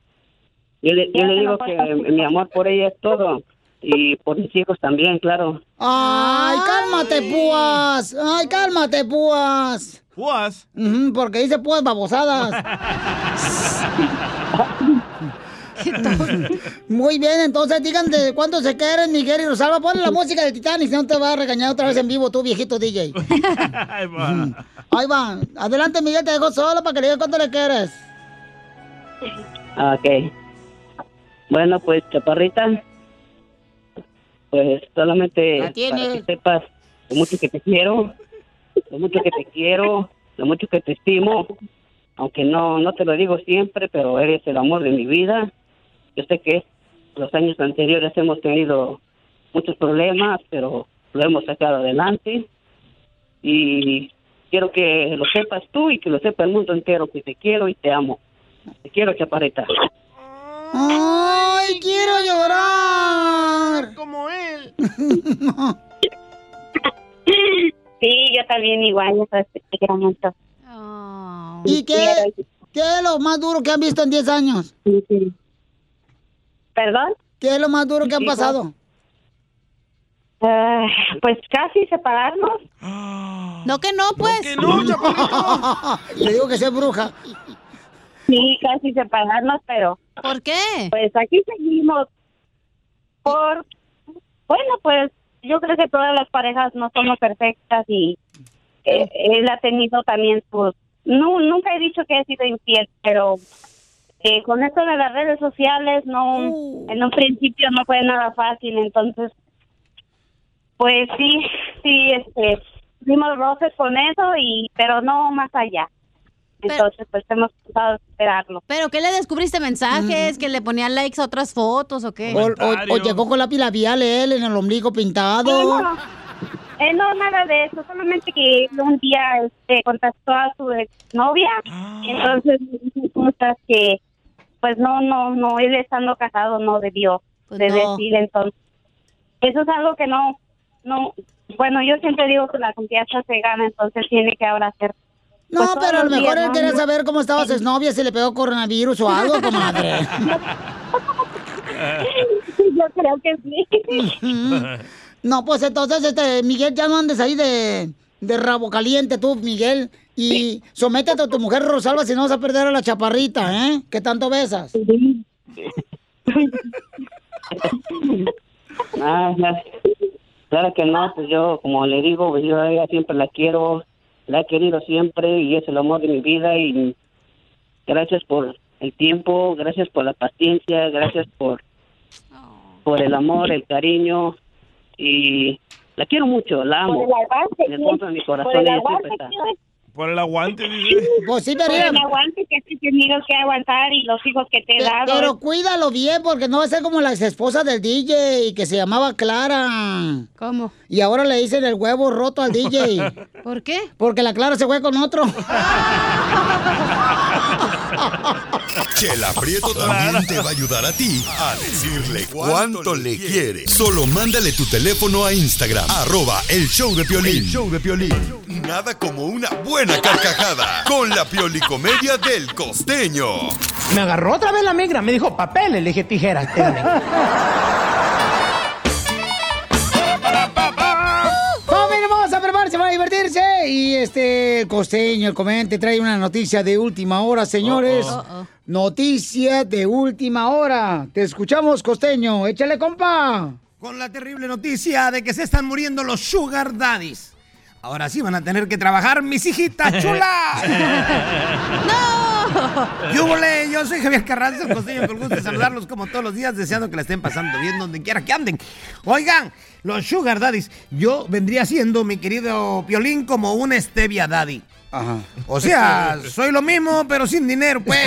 Speaker 18: yo le,
Speaker 4: Ah.
Speaker 18: yo
Speaker 4: Ya
Speaker 18: le
Speaker 4: se
Speaker 18: digo
Speaker 4: enojó
Speaker 18: que
Speaker 4: tóxico.
Speaker 18: mi amor por ella es todo. Y por mis hijos también, claro.
Speaker 3: Ay, cálmate, púas. Ay, cálmate, púas.
Speaker 4: ¿Púas?
Speaker 3: porque dice púas babosadas. Muy bien, entonces digan de cuánto se quieren, Miguel y Rosalba. Ponle la música del Titanic, si no te va a regañar otra vez en vivo tú, viejito DJ.
Speaker 4: Ahí va.
Speaker 3: Ahí va. Adelante, Miguel, te dejo solo para que le digas cuánto le quieres.
Speaker 18: Ok. Bueno, pues, chaparrita, pues solamente
Speaker 3: La tiene.
Speaker 18: para que sepas lo mucho que te quiero, lo mucho que te quiero, lo mucho que te estimo, aunque no, no te lo digo siempre, pero eres el amor de mi vida. Yo sé que los años anteriores hemos tenido muchos problemas, pero lo hemos sacado adelante. Y quiero que lo sepas tú y que lo sepa el mundo entero, que te quiero y te amo. Te quiero, chaparrita.
Speaker 3: ¡Ay, quiero llorar!
Speaker 4: Como él.
Speaker 13: Sí, yo también igual, yo sabes que te quiero mucho.
Speaker 3: ¿Y qué, qué es lo más duro que han visto en 10 años?
Speaker 13: ¿Perdón?
Speaker 3: ¿Qué es lo más duro que han
Speaker 13: Digo-
Speaker 3: pasado?
Speaker 13: Ah, pues casi separarnos.
Speaker 5: No que no, pues.
Speaker 3: Le digo que sea bruja.
Speaker 13: Sí, casi separarnos, pero...
Speaker 5: ¿Por qué?
Speaker 13: Pues aquí seguimos. Por... Bueno, pues yo creo que todas las parejas no somos perfectas y eh, él ha tenido también sus... No, nunca he dicho que he sido infiel, pero eh, con esto de las redes sociales no
Speaker 5: Uh.
Speaker 13: en un principio no fue nada fácil, entonces pues sí, sí, este, dimos roces con eso y pero no más allá. Entonces, pues hemos tratado de Mm. superarlo.
Speaker 5: ¿Pero qué le descubriste? ¿Mensajes? ¿Que le ponía likes a otras fotos o qué?
Speaker 3: O, o- o llegó con lápiz labial él en el ombligo pintado.
Speaker 13: No, eh, no, nada de eso, solamente que un día este, contactó a su novia,
Speaker 3: Ah.
Speaker 13: entonces me dijo cosas que, pues no, no, no, él estando casado no debió
Speaker 3: Pues
Speaker 13: de
Speaker 28: no.
Speaker 13: decir, entonces, eso es algo que no, no, bueno, yo siempre digo que la confianza se gana, entonces tiene que ahora hacer.
Speaker 3: No,
Speaker 13: pues,
Speaker 3: pero a lo
Speaker 13: todos los
Speaker 3: mejor
Speaker 13: días,
Speaker 3: él
Speaker 13: ¿no?
Speaker 3: quería saber cómo estaba su exnovia, si le pegó coronavirus o algo, comadre.
Speaker 13: Yo creo que
Speaker 3: sí. No, pues entonces, este, Miguel, ya no andes ahí de, de rabo caliente tú, Miguel. Y sométete a tu mujer Rosalba si no vas a perder a la chaparrita, ¿eh? Que tanto besas.
Speaker 18: Ah, claro- claro que no, pues yo, como le digo, pues yo a ella siempre la quiero, la he querido siempre y es el amor de mi vida y gracias por el tiempo, gracias por la paciencia, gracias por, por el amor, el cariño y la quiero mucho, la
Speaker 13: Por
Speaker 18: amo.
Speaker 13: el aguante,
Speaker 18: En el fondo de mi
Speaker 13: sí,
Speaker 18: corazón
Speaker 13: por el
Speaker 18: ella
Speaker 13: aguante,
Speaker 18: siempre está.
Speaker 13: sí, oye.
Speaker 4: Por el aguante, dice.
Speaker 3: Pues
Speaker 13: Por el aguante que has tenido que aguantar y los hijos que te he dado. este,
Speaker 3: Pero cuídalo bien, porque no va a ser como la ex esposa del DJ que se llamaba Clara.
Speaker 5: ¿Cómo?
Speaker 3: Y ahora le dicen el huevo roto al DJ.
Speaker 5: ¿Por qué?
Speaker 3: Porque la Clara se fue con otro.
Speaker 9: Chela Prieto también te va a ayudar a ti a decirle cuánto le quiere. Solo mándale tu teléfono a Instagram, arroba el show de Piolín.
Speaker 12: El
Speaker 9: show de Piolín. Nada como una buena carcajada con la piolicomedia del costeño.
Speaker 27: Me agarró otra vez la migra, me dijo papeles, le dije tijeras.
Speaker 3: ¡Familia hermosa, prepararse para divertirse! Y este el costeño, el comediante, trae una noticia de última hora, señores.
Speaker 5: Uh-oh. Uh-oh.
Speaker 3: Noticia de última hora. Te escuchamos, costeño. Échale, compa.
Speaker 19: Con la terrible noticia de que se están muriendo los sugar daddies. Ahora sí van a tener que trabajar mis hijitas chulas. ¡No! ¿Qué hubo, le? Yo soy Javier Carranza, el costeño, con gusto de saludarlos como todos los días, deseando que la estén pasando bien donde quiera que anden. Oigan, los sugar daddies, yo vendría siendo, mi querido Piolín, como un stevia daddy.
Speaker 3: Ajá.
Speaker 19: O sea, Pues, soy lo mismo, pero sin dinero, pues.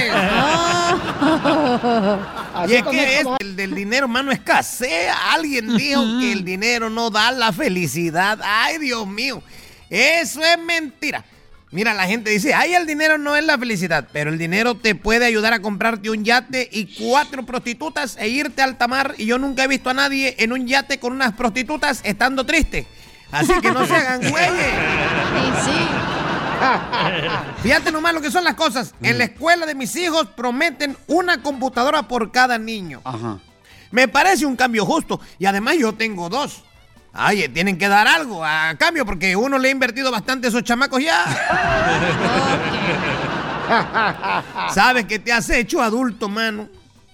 Speaker 19: y es que es- el del dinero, mano, escasea. Alguien dijo que el dinero no da la felicidad. Ay, Dios mío. Eso es mentira. Mira, la gente dice, ay, el dinero no es la felicidad, pero el dinero te puede ayudar a comprarte un yate y cuatro prostitutas e irte al tamar. Y yo nunca he visto a nadie en un yate con unas prostitutas estando triste. Así que no se hagan güeyes. Fíjate nomás lo que son las cosas. En la escuela de mis hijos prometen una computadora por cada niño.
Speaker 3: Ajá.
Speaker 19: Me parece un cambio justo. Y además yo tengo dos. Ay, tienen que dar algo a cambio porque uno le ha invertido bastante a esos chamacos ya. Sabes que te has hecho adulto, mano.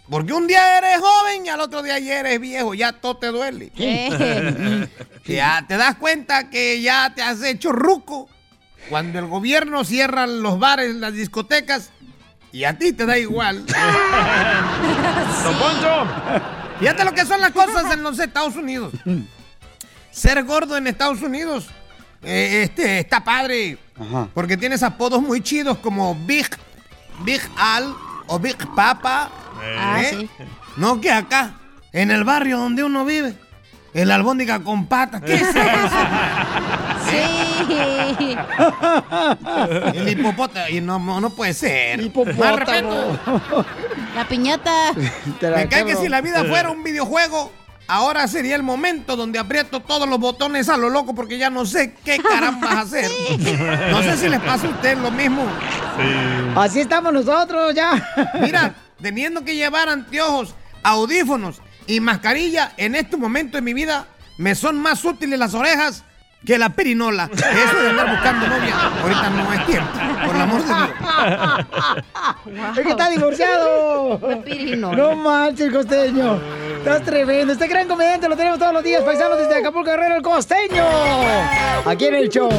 Speaker 19: Porque un día eres joven y al otro día ya eres viejo. Ya todo te duele.
Speaker 8: Eh.
Speaker 19: Eh. Ya te das cuenta que ya te has hecho ruco. Cuando el gobierno cierra los bares, las discotecas, y a ti te da igual. ¡Don Poncho! Fíjate lo que son las cosas en los Estados Unidos. Ser gordo en Estados Unidos eh, este, está padre. Porque tienes apodos muy chidos como Big, Big Al o Big Papa.
Speaker 28: Ah,
Speaker 19: ¿eh?
Speaker 28: sí.
Speaker 19: No que acá, en el barrio donde uno vive. El albóndiga con patas. ¿Qué es eso? Sí. El hipopótamo. Y no, no puede ser. Más respeto.
Speaker 5: La piñata.
Speaker 19: Me cae que si la vida fuera un videojuego, ahora sería el momento donde aprieto todos los botones a lo loco porque ya no sé qué carambas hacer. No sé si les pasa a ustedes lo mismo.
Speaker 3: Así estamos nosotros ya.
Speaker 19: Mira, teniendo que llevar anteojos, audífonos y mascarilla, en este momento de mi vida me son más útiles las orejas que la perinola. Eso de andar buscando novia, ahorita no es tiempo, por el amor de Dios.
Speaker 3: Es que está divorciado. No manches, costeño. Estás tremendo. Este gran comediante lo tenemos todos los días, paisanos desde Acapulco Guerrero, el costeño. Aquí en el show.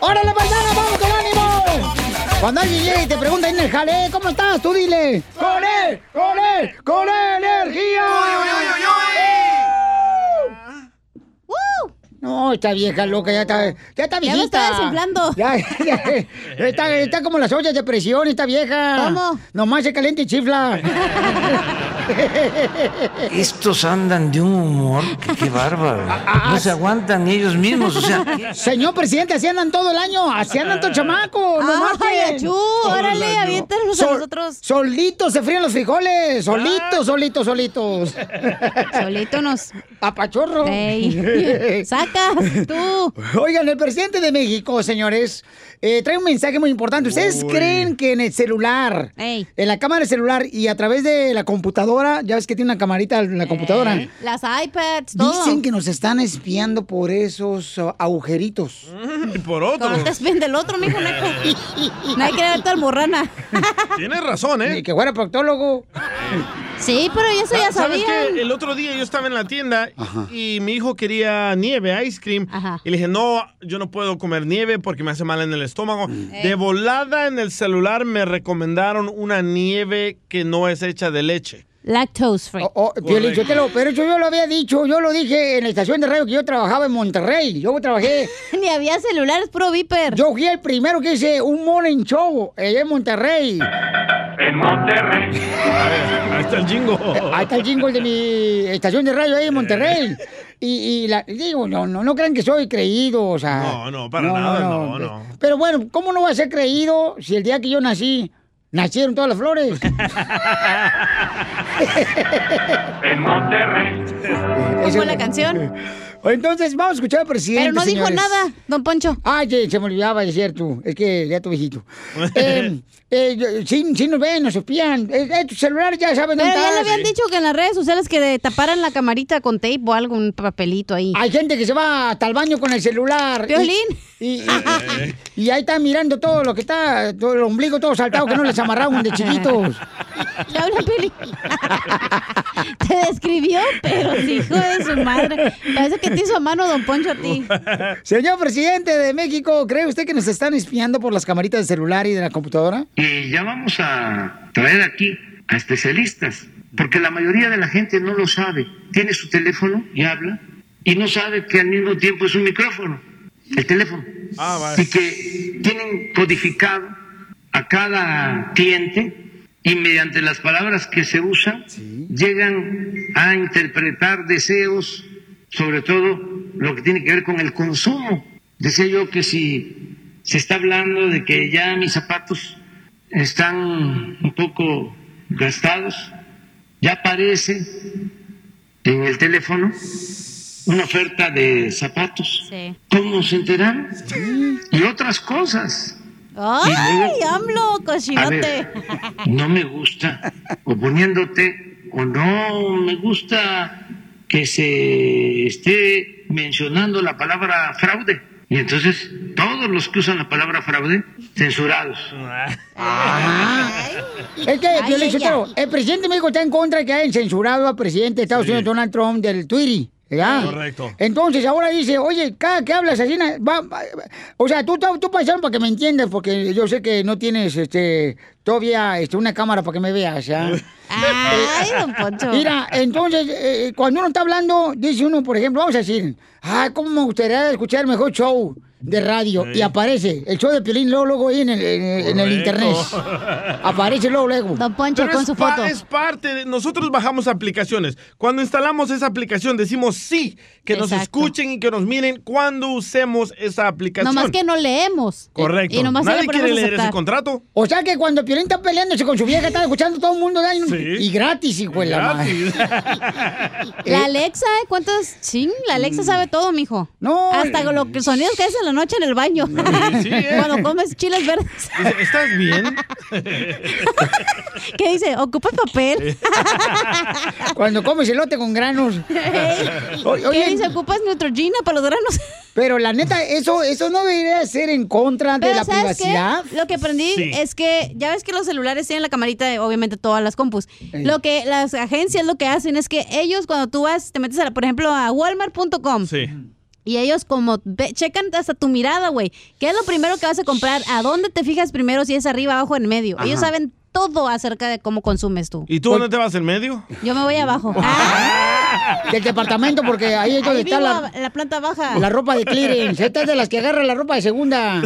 Speaker 3: ¡Órale, paisano! ¡Vamos con ánimo! Cuando alguien llega y te pregunta en el jale, ¿cómo estás? Tú dile. ¡Con él! ¡Con E él! ¡Con energía! No, esta vieja loca ya está, ya está viejita.
Speaker 5: me está desinflando.
Speaker 3: Ya, ya, ya, está, está como las ollas de presión esta vieja. ¿Cómo? Nomás se calienta y chifla.
Speaker 17: Estos andan de un humor que qué bárbaro. No se aguantan ni ellos mismos, o sea,
Speaker 3: Señor presidente, así andan todo el año, así andan todo el chamaco, no
Speaker 5: Ay,
Speaker 3: marchen.
Speaker 5: achú, órale,
Speaker 3: Todo el año.
Speaker 5: aviéntanos a nosotros.
Speaker 3: Solitos se frían los frijoles, solitos, solitos, solitos. Solitos
Speaker 5: nos...
Speaker 3: Apachorro.
Speaker 5: Ey. Saca, tú.
Speaker 3: Oigan, el presidente de México, señores, eh, trae un mensaje muy importante. ¿Ustedes
Speaker 5: Uy.
Speaker 3: creen que en el celular, en la cámara del celular y a través de la computadora, ya ves que tiene una camarita
Speaker 5: Eh.
Speaker 3: en la computadora,
Speaker 5: Las iPads, todo.
Speaker 3: dicen que nos están espiando por esos uh, agujeritos?
Speaker 4: Y por otro.
Speaker 5: Cuando te espien del otro, mijo, no hay que- no hay que ver tu almorrana.
Speaker 4: Tienes razón, ¿eh?
Speaker 3: Ni que fuera proctólogo.
Speaker 5: Sí, pero ya eso ya
Speaker 4: ¿Sabes
Speaker 5: sabían.
Speaker 4: qué? El otro día yo estaba en la tienda y mi hijo quería nieve, ice cream. Y le dije, no, yo no puedo comer nieve porque me hace mal en el estómago.
Speaker 3: Mm.
Speaker 5: Eh.
Speaker 4: De volada en el celular me recomendaron una nieve que no es hecha de leche.
Speaker 5: Lactose free.
Speaker 3: Oh, Piolín, yo te lo- pero yo, yo lo había dicho, yo lo dije en la estación de radio que yo trabajaba en Monterrey. Yo trabajé.
Speaker 5: Ni había celulares pro viper.
Speaker 3: Yo fui el primero que hice un morning show allá en Monterrey.
Speaker 4: En Monterrey. Ahí está el jingo.
Speaker 3: Ahí está el jingle de mi estación de radio ahí en
Speaker 4: Eh.
Speaker 3: Monterrey. Y, y la- digo, no, no, no crean que soy creído, o sea.
Speaker 4: No, no, para nada, no, no.
Speaker 3: Pero bueno, ¿cómo no voy a ser creído si el día que yo nací, nacieron todas las flores?
Speaker 4: En Monterrey.
Speaker 5: ¿Cómo la canción?
Speaker 3: Entonces, vamos a escuchar al presidente.
Speaker 5: Pero no dijo nada,
Speaker 3: don Poncho. Ay, se- se me olvidaba, es cierto. Es que ya tu viejito. eh, eh, yo- sí, sí nos ven, nos espían. Eh, eh, tu celular ya saben
Speaker 5: Pero
Speaker 3: dónde
Speaker 5: ya le
Speaker 3: estás.
Speaker 5: habían dicho que en las redes sociales que de- taparan la camarita con tape o algo, un papelito ahí.
Speaker 3: Hay gente que se va hasta el baño con el celular.
Speaker 5: Piolín.
Speaker 3: Y, y- y- y ahí están mirando todo lo que está, todo el ombligo todo saltado que no les amarraban de chiquitos.
Speaker 5: Ya habla Piolín. Te describió, pero hijo de su madre. Parece que te hizo a mano don Poncho a ti.
Speaker 3: Señor presidente de México, ¿cree usted que nos están espiando por las camaritas del celular y de la computadora?
Speaker 28: Y ya vamos a traer aquí a especialistas, porque la mayoría de la gente no lo sabe. Tiene su teléfono y habla, y no sabe que al mismo tiempo es un micrófono, el teléfono. Y que tienen codificado a cada cliente y mediante las palabras que se usan llegan a interpretar deseos, sobre todo lo que tiene que ver con el consumo. Decía yo que si se está hablando de que ya mis zapatos están un poco gastados. Ya aparece en el teléfono una oferta de zapatos. ¿Cómo se enteraron? Y otras cosas.
Speaker 5: ¡Ay, AMLO,
Speaker 28: A
Speaker 5: cochinote!
Speaker 28: ver, no me gusta, oponiéndote, o no me gusta que se esté mencionando la palabra fraude. Y entonces todos los que usan la palabra fraude, censurados.
Speaker 3: Es que, Pio Lichotero, el presidente de México está en contra de que hayan censurado al presidente de Estados Unidos, Donald Trump, del Twitter. ¿verdad?
Speaker 4: Correcto.
Speaker 3: Entonces ahora dice, oye, cada que hablas así, na- va- va- o sea, tú, tú, tú paisano, para que me entiendas, porque yo sé que no tienes este, todavía este, una cámara para que me veas, ¿ya?
Speaker 5: Ay, don Poncho.
Speaker 3: Mira, entonces, eh, cuando uno está hablando, dice uno, por ejemplo, vamos a decir, ah, cómo me gustaría escuchar el mejor show de radio. Y aparece el show de Piolín luego, luego ahí en el, en el- en el internet. Aparece luego, luego. Don
Speaker 5: Poncho
Speaker 4: Pero es pa- es parte de. Nosotros bajamos aplicaciones. Cuando instalamos esa aplicación, decimos sí, que nos
Speaker 5: Exacto.
Speaker 4: escuchen y que nos miren cuando usemos esa aplicación.
Speaker 5: Nomás que no leemos.
Speaker 4: Correcto.
Speaker 5: Y nomás ahí
Speaker 4: Nadie
Speaker 5: le
Speaker 4: quiere
Speaker 5: ponemos
Speaker 4: leer ese
Speaker 5: aceptar.
Speaker 4: contrato.
Speaker 3: O sea que cuando Piolín está peleándose con su vieja, está escuchando todo el mundo de ahí, y gratis, hijo de la madre.
Speaker 5: La Alexa, ¿eh? ¿cuántas? Ching, la Alexa sabe todo, mijo.
Speaker 3: No. eh,
Speaker 5: Hasta con los que- sonidos que hace en la noche en el baño. Cuando comes chiles verdes.
Speaker 4: Dice, ¿Estás bien?
Speaker 5: ¿Qué dice? Ocupa papel.
Speaker 3: Cuando comes elote con granos. O-
Speaker 5: ¿Qué
Speaker 3: oye,
Speaker 5: dice? Ocupas Neutrogena para los granos.
Speaker 3: pero la neta, eso, eso no debería ser en contra de
Speaker 5: Pero
Speaker 3: la
Speaker 5: ¿sabes qué?
Speaker 3: privacidad.
Speaker 5: Lo que aprendí
Speaker 3: Sí.
Speaker 5: es que ya ves que los celulares tienen la camarita de obviamente todas las compus. Lo que las agencias lo que hacen es que ellos cuando tú vas, te metes, a, la- por ejemplo, a walmart.com. Y ellos como ve- checan hasta tu mirada, güey. ¿Qué es lo primero que vas a comprar? ¿A dónde te fijas primero? Si es arriba, abajo, en medio.
Speaker 4: Ajá.
Speaker 5: Ellos saben todo acerca de cómo consumes tú.
Speaker 3: Pues,
Speaker 4: ¿Y tú dónde te vas en medio?
Speaker 5: Yo me voy abajo. Ah,
Speaker 3: del departamento porque ahí es donde
Speaker 5: Ahí
Speaker 3: está
Speaker 5: vivo,
Speaker 3: la,
Speaker 5: la... planta baja.
Speaker 3: la ropa de clearance. Esta es de las que agarra la ropa de segunda.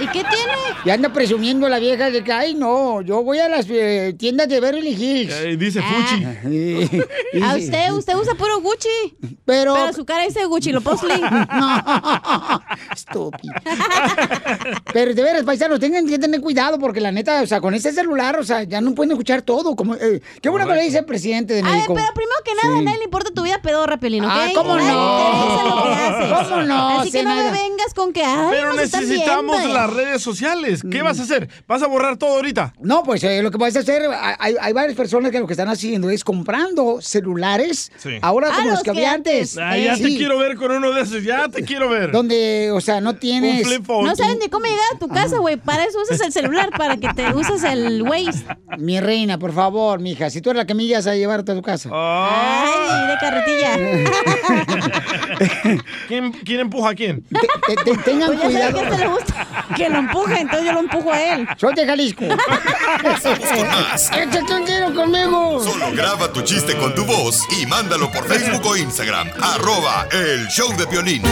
Speaker 5: ¿Y qué tiene?
Speaker 3: Y anda presumiendo la vieja de que, ay, no, yo voy a las eh, tiendas de Beverly Hills.
Speaker 4: dice
Speaker 5: Ah.
Speaker 4: Fuchi.
Speaker 5: A usted, usted usa puro Gucci.
Speaker 3: Pero...
Speaker 5: Pero su cara dice Gucci, lo posli.
Speaker 3: Estúpido. Pero de veras, paisanos, tengan que tener cuidado porque la neta, o sea, con ese celular, o sea, ya no pueden escuchar todo. Como, eh, qué bueno que le dice el presidente de
Speaker 5: A ver,
Speaker 3: México.
Speaker 5: pero primero que nada, a
Speaker 3: Sí.
Speaker 5: nadie le importa tu vida pedorra, Pelín, ¿ok?
Speaker 3: Ah, ¿cómo
Speaker 5: Nadie
Speaker 3: no?
Speaker 5: le interesa lo que haces.
Speaker 3: ¿Cómo no,
Speaker 5: Así que no me
Speaker 3: Zenaida?
Speaker 5: vengas con que, ay,
Speaker 4: Pero
Speaker 5: nos están
Speaker 4: necesitamos
Speaker 5: viendo.
Speaker 4: las redes sociales. ¿Qué vas a hacer? ¿Vas a borrar todo ahorita?
Speaker 3: Mm. No, pues eh, lo que vas a hacer, hay, hay varias personas que lo que están haciendo es comprando celulares.
Speaker 4: Sí.
Speaker 3: Ahora como los que había antes.
Speaker 4: Ah, ya
Speaker 3: Sí.
Speaker 4: te quiero ver con uno de esos. Ya te quiero ver.
Speaker 3: Donde, o sea, no tienes.
Speaker 4: Un flip phone.
Speaker 5: No sabes ni cómo llegar a tu casa, güey. Para eso usas el celular, para que te uses el Waze.
Speaker 3: Mi reina, por favor, mija, si tú eres la que me llevas a llevarte a tu casa.
Speaker 4: Ah.
Speaker 3: Eh,
Speaker 5: Ay, de carretilla.
Speaker 4: ¿Quién, quién empuja a quién?
Speaker 3: Te- te- tengan
Speaker 5: Pues ya sabes
Speaker 3: cuidado.
Speaker 5: que a este le gusta que lo empuje, entonces yo lo empujo a él.
Speaker 3: Soy de Jalisco.
Speaker 5: Échate
Speaker 3: un tiro conmigo.
Speaker 9: Solo graba tu chiste con tu voz y mándalo por Facebook o Instagram. Arroba el show de violín.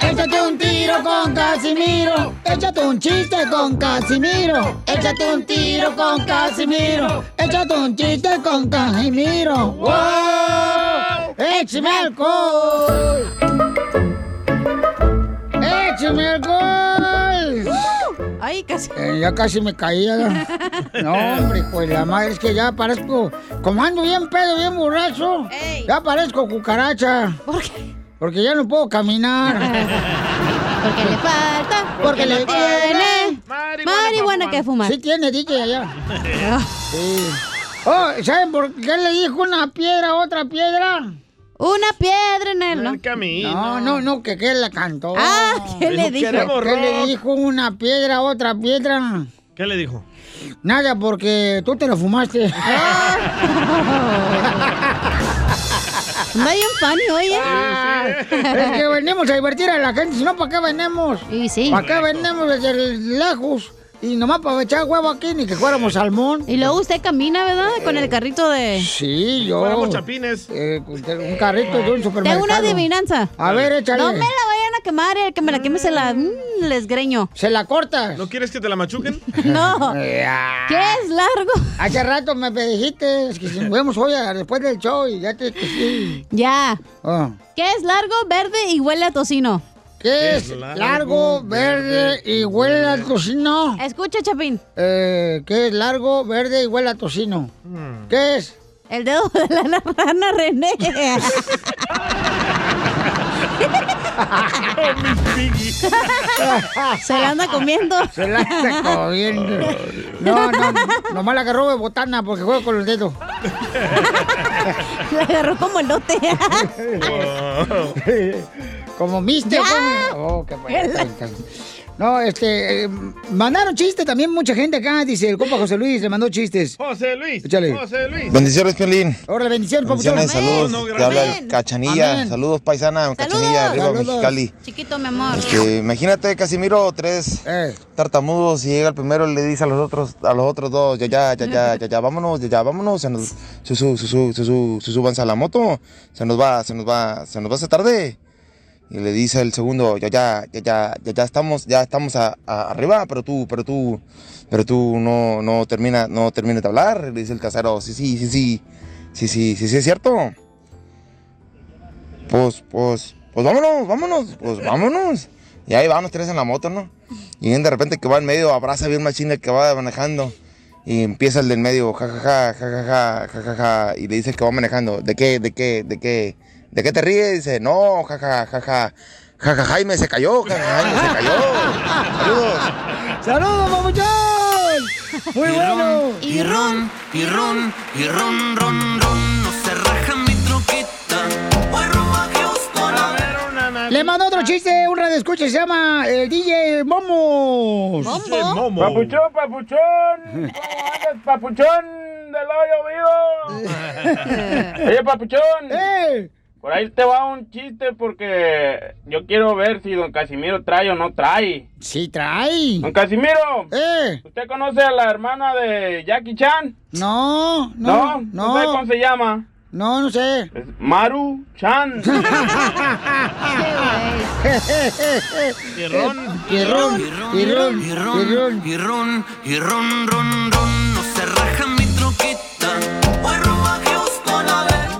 Speaker 3: Échate un tiro con Casimiro. Échate un chiste con Casimiro. Échate un tiro con Casimiro. Échate un chiste con Casimiro. ¡Wow! ¡Échame alcohol! ¡Échame alcohol!
Speaker 5: Ay, casi.
Speaker 3: Eh, ya casi me caía. No, hombre, pues la madre es que ya parezco. Como ando bien pedo, bien borracho, ya parezco cucaracha.
Speaker 5: ¿Por qué?
Speaker 3: Porque ya no puedo caminar.
Speaker 5: Porque le falta, porque le tiene marihuana que fumar.
Speaker 3: Sí tiene, DJ allá. Sí. Oh, ¿saben por qué le dijo una piedra a otra piedra?
Speaker 5: Una piedra en el, ¿no?
Speaker 3: No, no, no, que qué le cantó.
Speaker 5: Ah, ¿qué le Dijo, dijo? "Queremos
Speaker 3: ¿Qué le
Speaker 5: rock".
Speaker 3: dijo una piedra a otra piedra?
Speaker 4: ¿Qué le dijo?
Speaker 3: Nada, porque tú te lo fumaste.
Speaker 5: No hay un pan, oye.
Speaker 3: Ah, Es que venimos a divertir a la gente, si no, ¿para qué venimos?
Speaker 5: Y sí.
Speaker 3: ¿Para qué venimos desde lejos? Y nomás para echar huevo aquí, ni que fuéramos salmón.
Speaker 5: Y luego usted camina, ¿verdad? Con el carrito de...
Speaker 3: Sí, yo. Eh,
Speaker 4: Fuéramos chapines.
Speaker 3: Un carrito de un supermercado.
Speaker 5: Tengo una adivinanza.
Speaker 3: A ver, échale.
Speaker 5: No me la vayan a quemar, el que me la queme se la... mm, les greño.
Speaker 3: ¿Se la cortas?
Speaker 4: ¿No quieres que te la machuquen?
Speaker 5: No. ¿Qué es largo?
Speaker 3: Hace rato me dijiste que si nos vemos hoy a- después del show y ya te dije que sí.
Speaker 5: Ya.
Speaker 3: Ah.
Speaker 5: ¿Qué es largo, verde y huele a tocino?
Speaker 3: ¿Qué es largo, verde y huele a tocino?
Speaker 5: Escucha, Chapín.
Speaker 3: Eh, ¿Qué es largo, verde y huele a tocino? ¿Qué es?
Speaker 5: El dedo de la la rana René. Se la anda comiendo.
Speaker 3: Se la está comiendo. No, no, nomás la agarró de botana porque juega con los dedos.
Speaker 5: La agarró como elote.
Speaker 3: como mister.
Speaker 5: Ya.
Speaker 3: como- Oh, qué bueno, está bien, está bien. No, este, eh, mandaron chistes también mucha gente acá, dice el compa José Luis, le mandó chistes.
Speaker 4: José Luis.
Speaker 3: Échale.
Speaker 4: José Luis.
Speaker 1: Bendiciones, Piolín.
Speaker 3: Ahora bendiciones,
Speaker 1: Bendiciones,
Speaker 3: papuchón.
Speaker 1: saludos.
Speaker 3: Amén.
Speaker 1: Te habla el Cachanilla.
Speaker 3: Amén.
Speaker 1: Saludos, paisana. Cachanilla, arriba
Speaker 3: Saludos.
Speaker 1: Mexicali.
Speaker 5: Chiquito, mi amor.
Speaker 1: Este, imagínate, Casimiro, tres tartamudos y llega el primero y le dice a los otros, a los otros dos, ya, ya, ya, ya, ya, ya, vámonos, ya, ya, vámonos, se nos, su, su, su, su, su, su, su- súbanse a la moto, se nos va, se nos va, se nos va a hacer tarde. Y le dice el segundo, ya, ya, ya, ya, ya, ya estamos, ya estamos a- a- arriba, pero tú, pero tú, pero tú no, no termina, no termina de hablar. Le dice el casero, sí, sí, sí, sí, sí, sí, sí, sí, es cierto. Pues, pues, pues vámonos, vámonos, pues vámonos. Y ahí van los tres en la moto, ¿no? Y bien de repente que va en medio, abraza bien machina el que va manejando. Y empieza el del medio, jajaja, jajaja, jajaja. Y le dice el que va manejando, ¿de qué, de qué, de qué? ¿De qué te ríes? Dice, no, jajaja, jajaja. Jajaja, Jaime se cayó, jajaja, Jaime se cayó. Saludos.
Speaker 3: ¡Saludos, papuchón! Muy bueno.
Speaker 8: Y ron, y ron, y ron, ron, ron. No se raja mi troquita. Voy rumbo a Houston a ver una
Speaker 3: Le mandó otro chiste, un radio escucha, se llama el DJ Momos.
Speaker 29: Papuchón, papuchón. ¿Cómo andas,
Speaker 3: Eh.
Speaker 29: papuchón del hoyo vivo? Oye, papuchón. Por ahí te va un chiste porque yo quiero ver si don Casimiro trae o no trae.
Speaker 3: Sí, trae. Eh.
Speaker 29: Don Casimiro, ¿usted conoce a la hermana de Jackie Chan?
Speaker 3: No, no,
Speaker 29: ¿No?
Speaker 3: no.
Speaker 29: ¿Usted cómo se llama?
Speaker 3: No, no sé.
Speaker 29: Maru Chan.
Speaker 8: Y
Speaker 3: ron, y ron, y ron,
Speaker 8: y ron, y ron, y ron, ron, ron, no se raja mi troquita.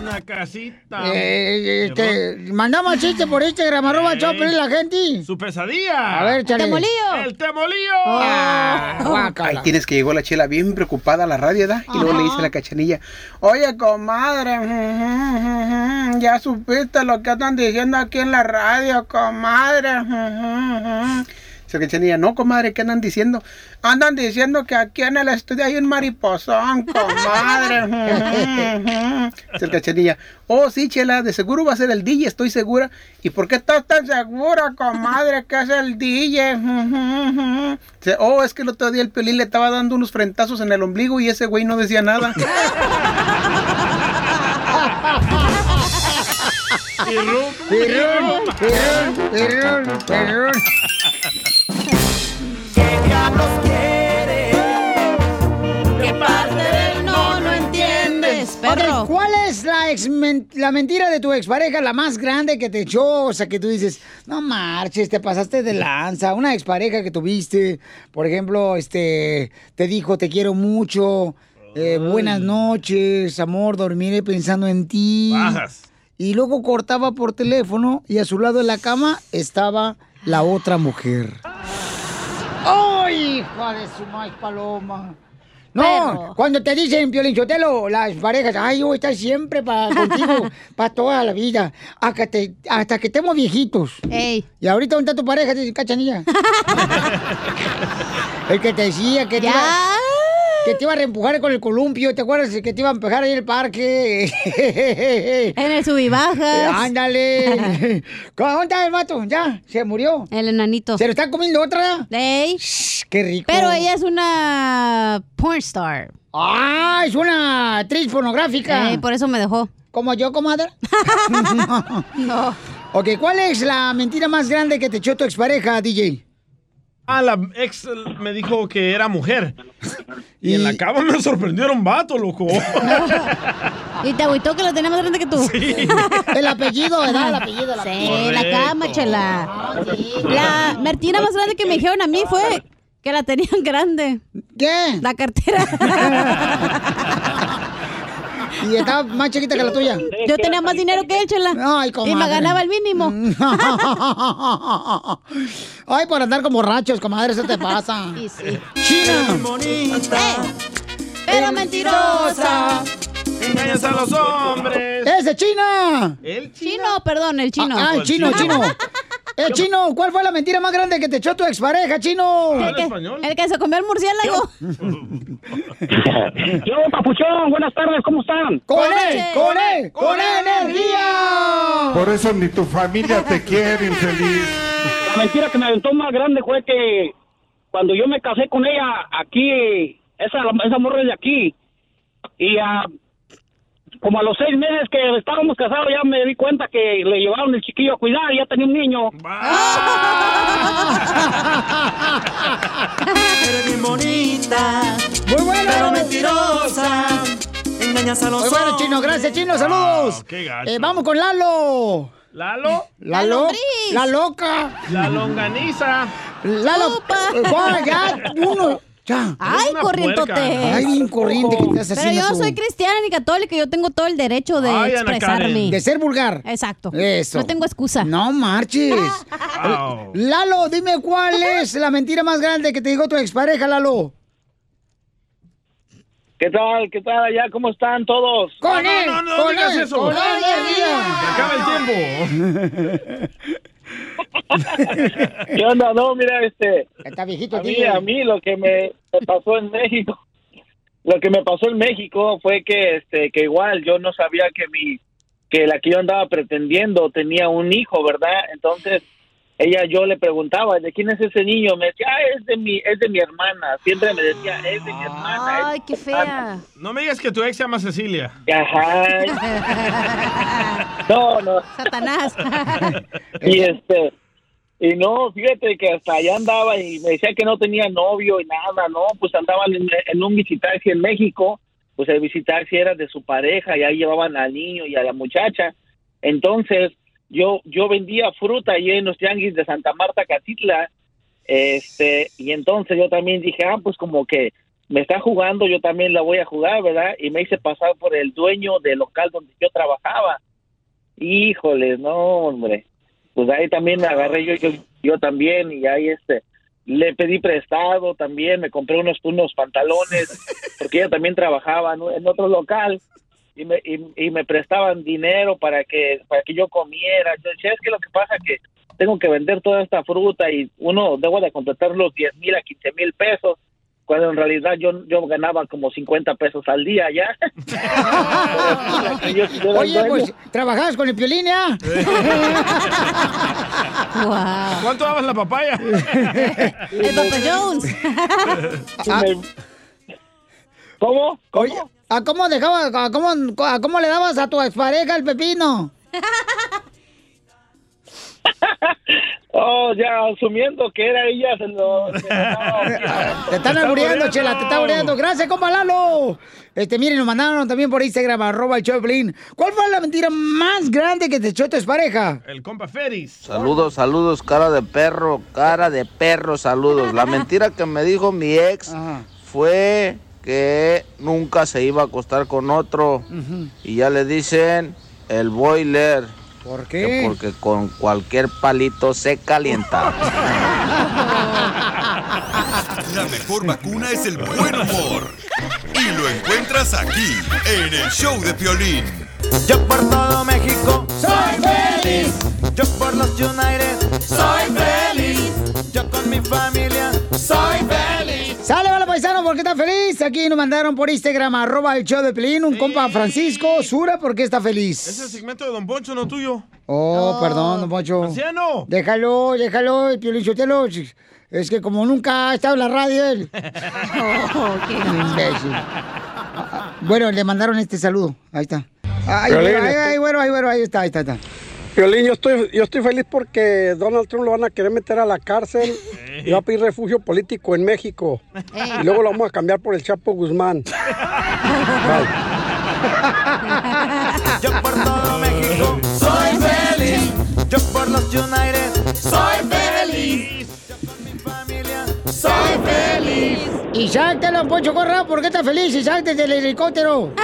Speaker 4: Una casita.
Speaker 3: Eh, este, mandamos chiste por Instagram, arroba
Speaker 4: Ey.
Speaker 3: Choplin, la gente.
Speaker 4: Su pesadilla.
Speaker 3: A ver, chale.
Speaker 4: El temolío.
Speaker 5: Oh.
Speaker 4: Ah,
Speaker 2: Ahí tienes que llegó la chela bien preocupada a la radio, ¿da? Y luego le dice la cachanilla, oye, comadre, ujú, ujú, ya supiste lo que andan diciendo aquí en la radio, comadre. ujú, ujú". Dice la cachanilla, no, comadre, ¿qué andan diciendo? Andan diciendo que aquí en el estudio hay un mariposón, comadre. ujú, ujú". Dice la cachanilla, oh, sí, chela, de seguro va a ser el DJ, estoy segura. ¿Y por qué estás tan segura, comadre, que es el DJ? Ujú, ujú". Dice, oh, es que el otro día el pelín le estaba dando unos frentazos en el ombligo y ese güey no decía nada.
Speaker 8: Pirrón,
Speaker 3: pirrón, pirrón, pirrón, pirrón.
Speaker 8: ¿Qué parte del no no entiendes, perro?
Speaker 3: Ok, ¿Cuál es la, ex men- la mentira de tu expareja, la más grande que te echó? O sea, que tú dices, no marches, te pasaste de lanza. Una expareja que tuviste, por ejemplo, este, te dijo, te quiero mucho, eh, buenas noches, amor, dormiré pensando en ti.
Speaker 4: Bajas.
Speaker 3: Y luego cortaba por teléfono y a su lado en la cama estaba la otra mujer. ¡Ay, hija de su maíz paloma! No,
Speaker 8: Pero-
Speaker 3: cuando te dicen, Piolinchotelo, las parejas, ay, yo voy a estar siempre para contigo, para toda la vida, hasta, te- hasta que estemos viejitos. Y ahorita, ¿dónde está tu pareja? Te dice, cachanilla. el que te decía que te, iba, que te iba a reempujar con el columpio, ¿te acuerdas? Que te iba a empujar ahí en el parque. en
Speaker 5: el subibajas.
Speaker 3: Ándale. ¿Dónde está el mato? Ya, se murió.
Speaker 5: El enanito.
Speaker 3: ¿Se lo está comiendo otra?
Speaker 5: ¡Ey!
Speaker 3: ¡Qué rico!
Speaker 5: Pero ella es una porn star.
Speaker 3: ¡Ah! Es una actriz pornográfica.
Speaker 5: Ey, por eso me dejó.
Speaker 3: ¿Como yo, comadre? no. Ok, ¿cuál es la mentira más grande que te echó tu expareja, DJ?
Speaker 4: Ah, la ex me dijo que era mujer. Y, en la cama me sorprendieron vato, loco.
Speaker 5: Y te agüitó que lo tenía más grande que tú.
Speaker 3: El apellido, ¿verdad? El apellido, el
Speaker 5: Sí,
Speaker 3: apellido.
Speaker 5: la cama, chela. La mentira más grande que me dijeron a mí fue que la tenían grande.
Speaker 3: ¿Qué?
Speaker 5: La cartera.
Speaker 3: ¿Y estaba más chiquita que la tuya?
Speaker 5: Yo tenía más dinero que él, chela. Y me
Speaker 3: comadre.
Speaker 5: ganaba el mínimo.
Speaker 3: Ay, por andar con borrachos, comadre, eso te pasa.
Speaker 5: Y sí.
Speaker 3: China.
Speaker 8: Eh,
Speaker 5: Pero mentirosa.
Speaker 4: Engañas a los hombres.
Speaker 3: ¡Ese China!
Speaker 4: El
Speaker 5: chino, perdón, el chino.
Speaker 3: Pues, Ah, el chino, chino. El chino, ¿cuál fue la mentira más grande que te echó tu expareja, chino?
Speaker 5: El que, el que se comió el murciélago.
Speaker 6: Yo, papuchón, buenas tardes, ¿cómo están?
Speaker 3: ¡Con él, con él, con E energía!
Speaker 6: Por eso ni tu familia te quiere, infeliz. La mentira que me aventó más grande fue que cuando yo me casé con ella, aquí, esa, esa morra es de aquí, y ah, como a los seis meses que estábamos casados, ya me di cuenta que le llevaron el chiquillo a cuidar y ya tenía un niño.
Speaker 8: Eres bien bonita. Muy buena. Pero mentirosa. Engañas a los
Speaker 3: Muy bueno, chino, gracias, chino, saludos.
Speaker 8: qué gacho.
Speaker 3: Eh, vamos con Lalo.
Speaker 4: Ah, ¿Lalo?
Speaker 3: La,
Speaker 4: La
Speaker 3: lo-
Speaker 4: lombriz.
Speaker 3: la loca.
Speaker 4: La longaniza.
Speaker 3: La
Speaker 4: Opa.
Speaker 3: loca. Juan, ya, uno. Ya.
Speaker 5: Ay,
Speaker 4: una
Speaker 5: corrientote.
Speaker 4: puerca.
Speaker 3: Ay, bien corriente que estás
Speaker 5: Pero
Speaker 3: haciendo
Speaker 5: yo
Speaker 3: tú.
Speaker 5: soy cristiana y católica. Yo tengo todo el derecho de
Speaker 3: Ay, Ana
Speaker 5: expresarme.
Speaker 3: Karen. De ser vulgar.
Speaker 5: Exacto.
Speaker 3: Eso.
Speaker 5: No tengo excusa. Ah.
Speaker 3: No marches. Lalo, dime cuál es la mentira más grande que te dijo tu expareja, Lalo.
Speaker 6: ¿Qué tal? ¿Qué tal allá? ¿Cómo están todos?
Speaker 3: Con él,
Speaker 8: no, no,
Speaker 3: con
Speaker 8: digas
Speaker 3: él,
Speaker 8: eso.
Speaker 3: con él,
Speaker 8: Ay, ay, ay.
Speaker 6: acaba el tiempo. ¿Qué onda? No, mira, este.
Speaker 3: Está viejito,
Speaker 6: a mí,
Speaker 3: tío.
Speaker 6: a mí lo que me, me pasó en México, lo que me pasó en México fue que, este, que igual yo no sabía que mi, que la que yo andaba pretendiendo tenía un hijo, ¿verdad? Entonces,
Speaker 26: ella yo le preguntaba, ¿de quién es ese niño? Me decía, ah, es de mi, es de mi hermana. Siempre me decía, es de mi hermana.
Speaker 5: Ay, qué fea.
Speaker 4: Ah, No me digas que tu ex se llama Cecilia.
Speaker 26: No, no.
Speaker 5: Satanás.
Speaker 26: Y este, y no, fíjate que hasta allá andaba y me decía que no tenía novio y nada, no, pues andaban en, en un visitaje en México, pues el visitarse era de su pareja y ahí llevaban al niño y a la muchacha. Entonces, yo, yo vendía fruta allí en los tianguis de Santa Marta, Catitla, este, y entonces yo también dije, ah, pues como que me está jugando, yo también la voy a jugar, ¿verdad? Y me hice pasar por el dueño del local donde yo trabajaba. Híjole, no, hombre. Pues ahí también me agarré yo, yo, yo también y ahí este le pedí prestado también, me compré unos unos pantalones porque ella también trabajaba en un- en otro local y me y, y me prestaban dinero para que para que yo comiera. Yo decía, es que lo que pasa que tengo que vender toda esta fruta y uno debo de completar los 10 mil a 15 mil pesos cuando en realidad yo yo ganaba como 50 pesos al día ya. Yo- yo era el
Speaker 3: Oye,
Speaker 26: dueño.
Speaker 3: pues, ¿trabajabas con el piolín, ya?
Speaker 4: ¿Cuánto dabas la papaya?
Speaker 5: El Papa Jones.
Speaker 26: ¿Cómo?
Speaker 3: Oye, ¿a cómo dejabas, a cómo, a cómo le dabas a tu expareja el pepino?
Speaker 26: Oh, ya asumiendo que era ella, se lo... se lo daba.
Speaker 3: Te están albureando, chela, te están albureando. Gracias, compa Lalo. Este, miren, nos mandaron también por Instagram, arroba el Choplin. ¿Cuál fue la mentira más grande que te echó tu expareja?
Speaker 4: El compa Feris.
Speaker 14: Saludos, saludos, cara de perro, cara de perro, saludos. La mentira que me dijo mi ex fue que nunca se iba a acostar con otro. Y ya le dicen el boiler.
Speaker 3: ¿Por
Speaker 14: qué? Porque con cualquier palito se calienta.
Speaker 9: La mejor vacuna es el buen humor. Y lo encuentras aquí, en el show de Piolín. Yo por todo México
Speaker 8: soy feliz.
Speaker 9: Yo por los United
Speaker 8: Soy feliz.
Speaker 9: Yo con mi familia soy feliz.
Speaker 3: Sale, vale, paisano, porque está feliz. Aquí nos mandaron por Instagram, arroba el show de Pelín, un compa Francisco Sura, porque está
Speaker 4: Es
Speaker 3: feliz.
Speaker 4: el segmento de Don Poncho, no tuyo.
Speaker 3: Oh, perdón, don Poncho.
Speaker 4: ¡Anciano!
Speaker 3: Déjalo, déjalo, el Piolín Sotelo. Es que como nunca ha estado en la radio él.
Speaker 4: Oh,
Speaker 3: Imbécil. Bueno, le mandaron este saludo. Ahí está. Ay,
Speaker 16: Piolín,
Speaker 3: bueno, ay,
Speaker 16: estoy-
Speaker 3: ay, bueno, ay, bueno, ahí está, ahí está, ahí está.
Speaker 16: Piolín, yo estoy, yo estoy feliz porque Donald Trump lo van a querer meter a la cárcel y va a pedir refugio político en México. Y luego lo vamos a cambiar por el Chapo Guzmán.
Speaker 8: Yo por todo México soy feliz. Yo por los United soy feliz.
Speaker 3: Soy feliz. Y sáctelo, Poncho Corra, porque está feliz y salte del helicóptero.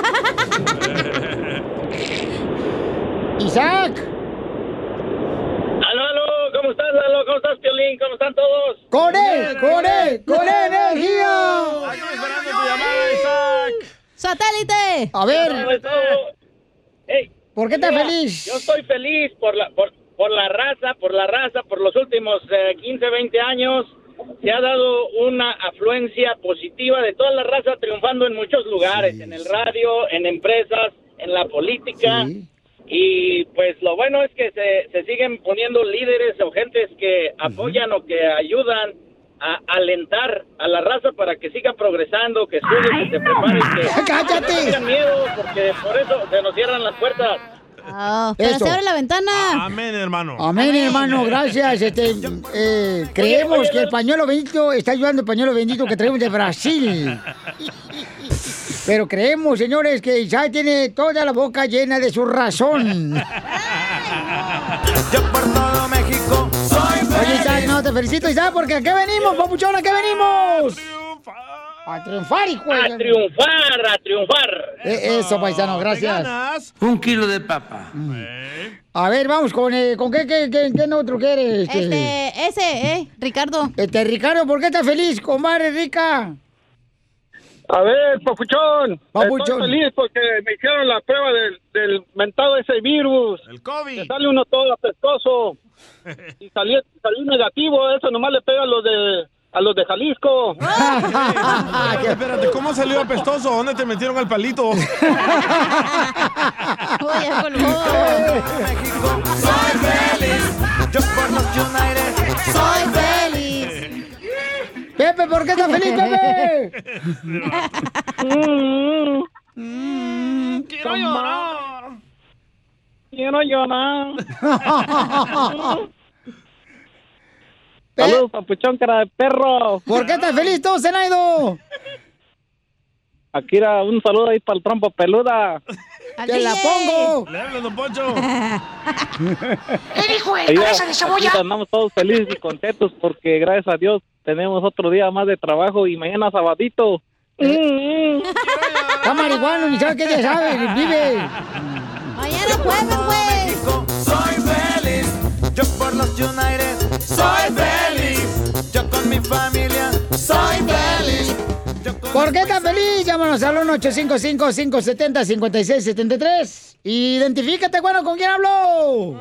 Speaker 3: Isaac,
Speaker 8: Aló, aló, ¿cómo estás, Lalo? ¿Cómo estás, Piolín? ¿Cómo están todos?
Speaker 3: con él, con él, con E energía.
Speaker 5: ¡Satélite!
Speaker 3: A
Speaker 8: ¿Cómo
Speaker 3: ver,
Speaker 8: estás?
Speaker 3: ¿por qué estás
Speaker 8: Mira,
Speaker 3: feliz?
Speaker 8: Yo estoy feliz por la, por, por la raza, por la raza, por los últimos eh, 15, 20 años. Se ha dado una afluencia positiva de toda la raza triunfando en muchos lugares, en el radio, en empresas, en la política. Y pues lo bueno es que se, se siguen poniendo líderes o gentes que apoyan o que ayudan a alentar a la raza para que siga progresando, que estudien, que se preparen, que,
Speaker 3: Ah, ¡Cállate!
Speaker 8: que no tengan miedo, porque por eso se nos cierran las puertas.
Speaker 5: Oh, pero
Speaker 3: Eso.
Speaker 5: se abre la ventana.
Speaker 4: Amén, hermano.
Speaker 3: Amén, hermano, gracias. Este, eh, creemos que el pañuelo bendito está ayudando el pañuelo bendito que traemos de Brasil. Pero creemos, señores, que Isaac tiene toda la boca llena de su razón.
Speaker 8: Yo por todo México soy
Speaker 3: Oye, Isaac, no, te felicito, Isaac, porque ¿a qué venimos, papuchón? ¿A qué venimos? A triunfar, hijo. de-
Speaker 8: A triunfar, a triunfar.
Speaker 3: Eh, eso, paisano, gracias.
Speaker 17: Un kilo de papa.
Speaker 3: A ver, vamos con, eh, ¿con qué, qué, qué, qué otro quieres?
Speaker 5: Este, ese, eh, Ricardo.
Speaker 3: Este, Ricardo, ¿por qué estás feliz, comadre rica?
Speaker 23: A ver, Papuchón.
Speaker 3: Papuchón.
Speaker 23: Estoy feliz porque me hicieron la prueba del, del mentado ese virus. El
Speaker 4: COVID.
Speaker 23: sale uno todo apestoso. y salió, salió negativo. Eso nomás le pega a los de, a los de Jalisco.
Speaker 3: Ah.
Speaker 4: Espérate, espérate, ¿cómo salió apestoso? ¿Dónde te metieron el palito? é
Speaker 8: Soy feliz. Yo por los United
Speaker 3: Soy feliz. Pepe, ¿por qué estás feliz, Pepe?
Speaker 8: Mm, Quiero llorar. Quiero llorar. Saludos, papuchón, cara de perro.
Speaker 3: ¿Por qué estás feliz tú, Zenaido?
Speaker 23: Aquí era un saludo ahí para el trompo peluda.
Speaker 3: ¡Te la pongo!
Speaker 4: ¡Le hablo, don Poncho!
Speaker 8: ¡El hijo
Speaker 23: Ahí va, ahorita andamos todos felices y contentos porque gracias a Dios tenemos otro día más de trabajo y mañana sabadito.
Speaker 3: Está marihuano, ni sabe qué te sabe, vive.
Speaker 8: Mañana jueves, güey. México, soy feliz. Yo por los United soy feliz. Yo con mi familia soy feliz.
Speaker 3: ¿Por qué estás feliz? Llámanos al 1-855-570-5673. Identifícate, bueno, ¿con quién hablo?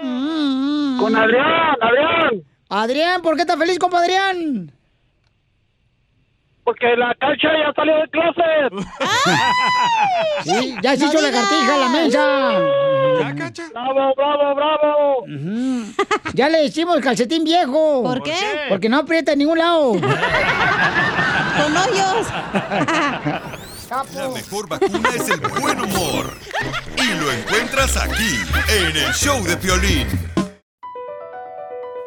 Speaker 3: Mm.
Speaker 8: Con Adrián, Adrián.
Speaker 3: Adrián, ¿por qué estás feliz, compa Adrián?
Speaker 23: Porque la cancha ya salió del closet.
Speaker 3: Sí, ya se hizo la cartija, la mesa.
Speaker 23: ¡Bravo, bravo, bravo!
Speaker 3: Ya le decimos calcetín viejo. ¿Por qué? Porque no aprieta en ningún lado. Con hoyos.
Speaker 9: La mejor vacuna es el buen humor. Y lo encuentras aquí, en el show de Piolín.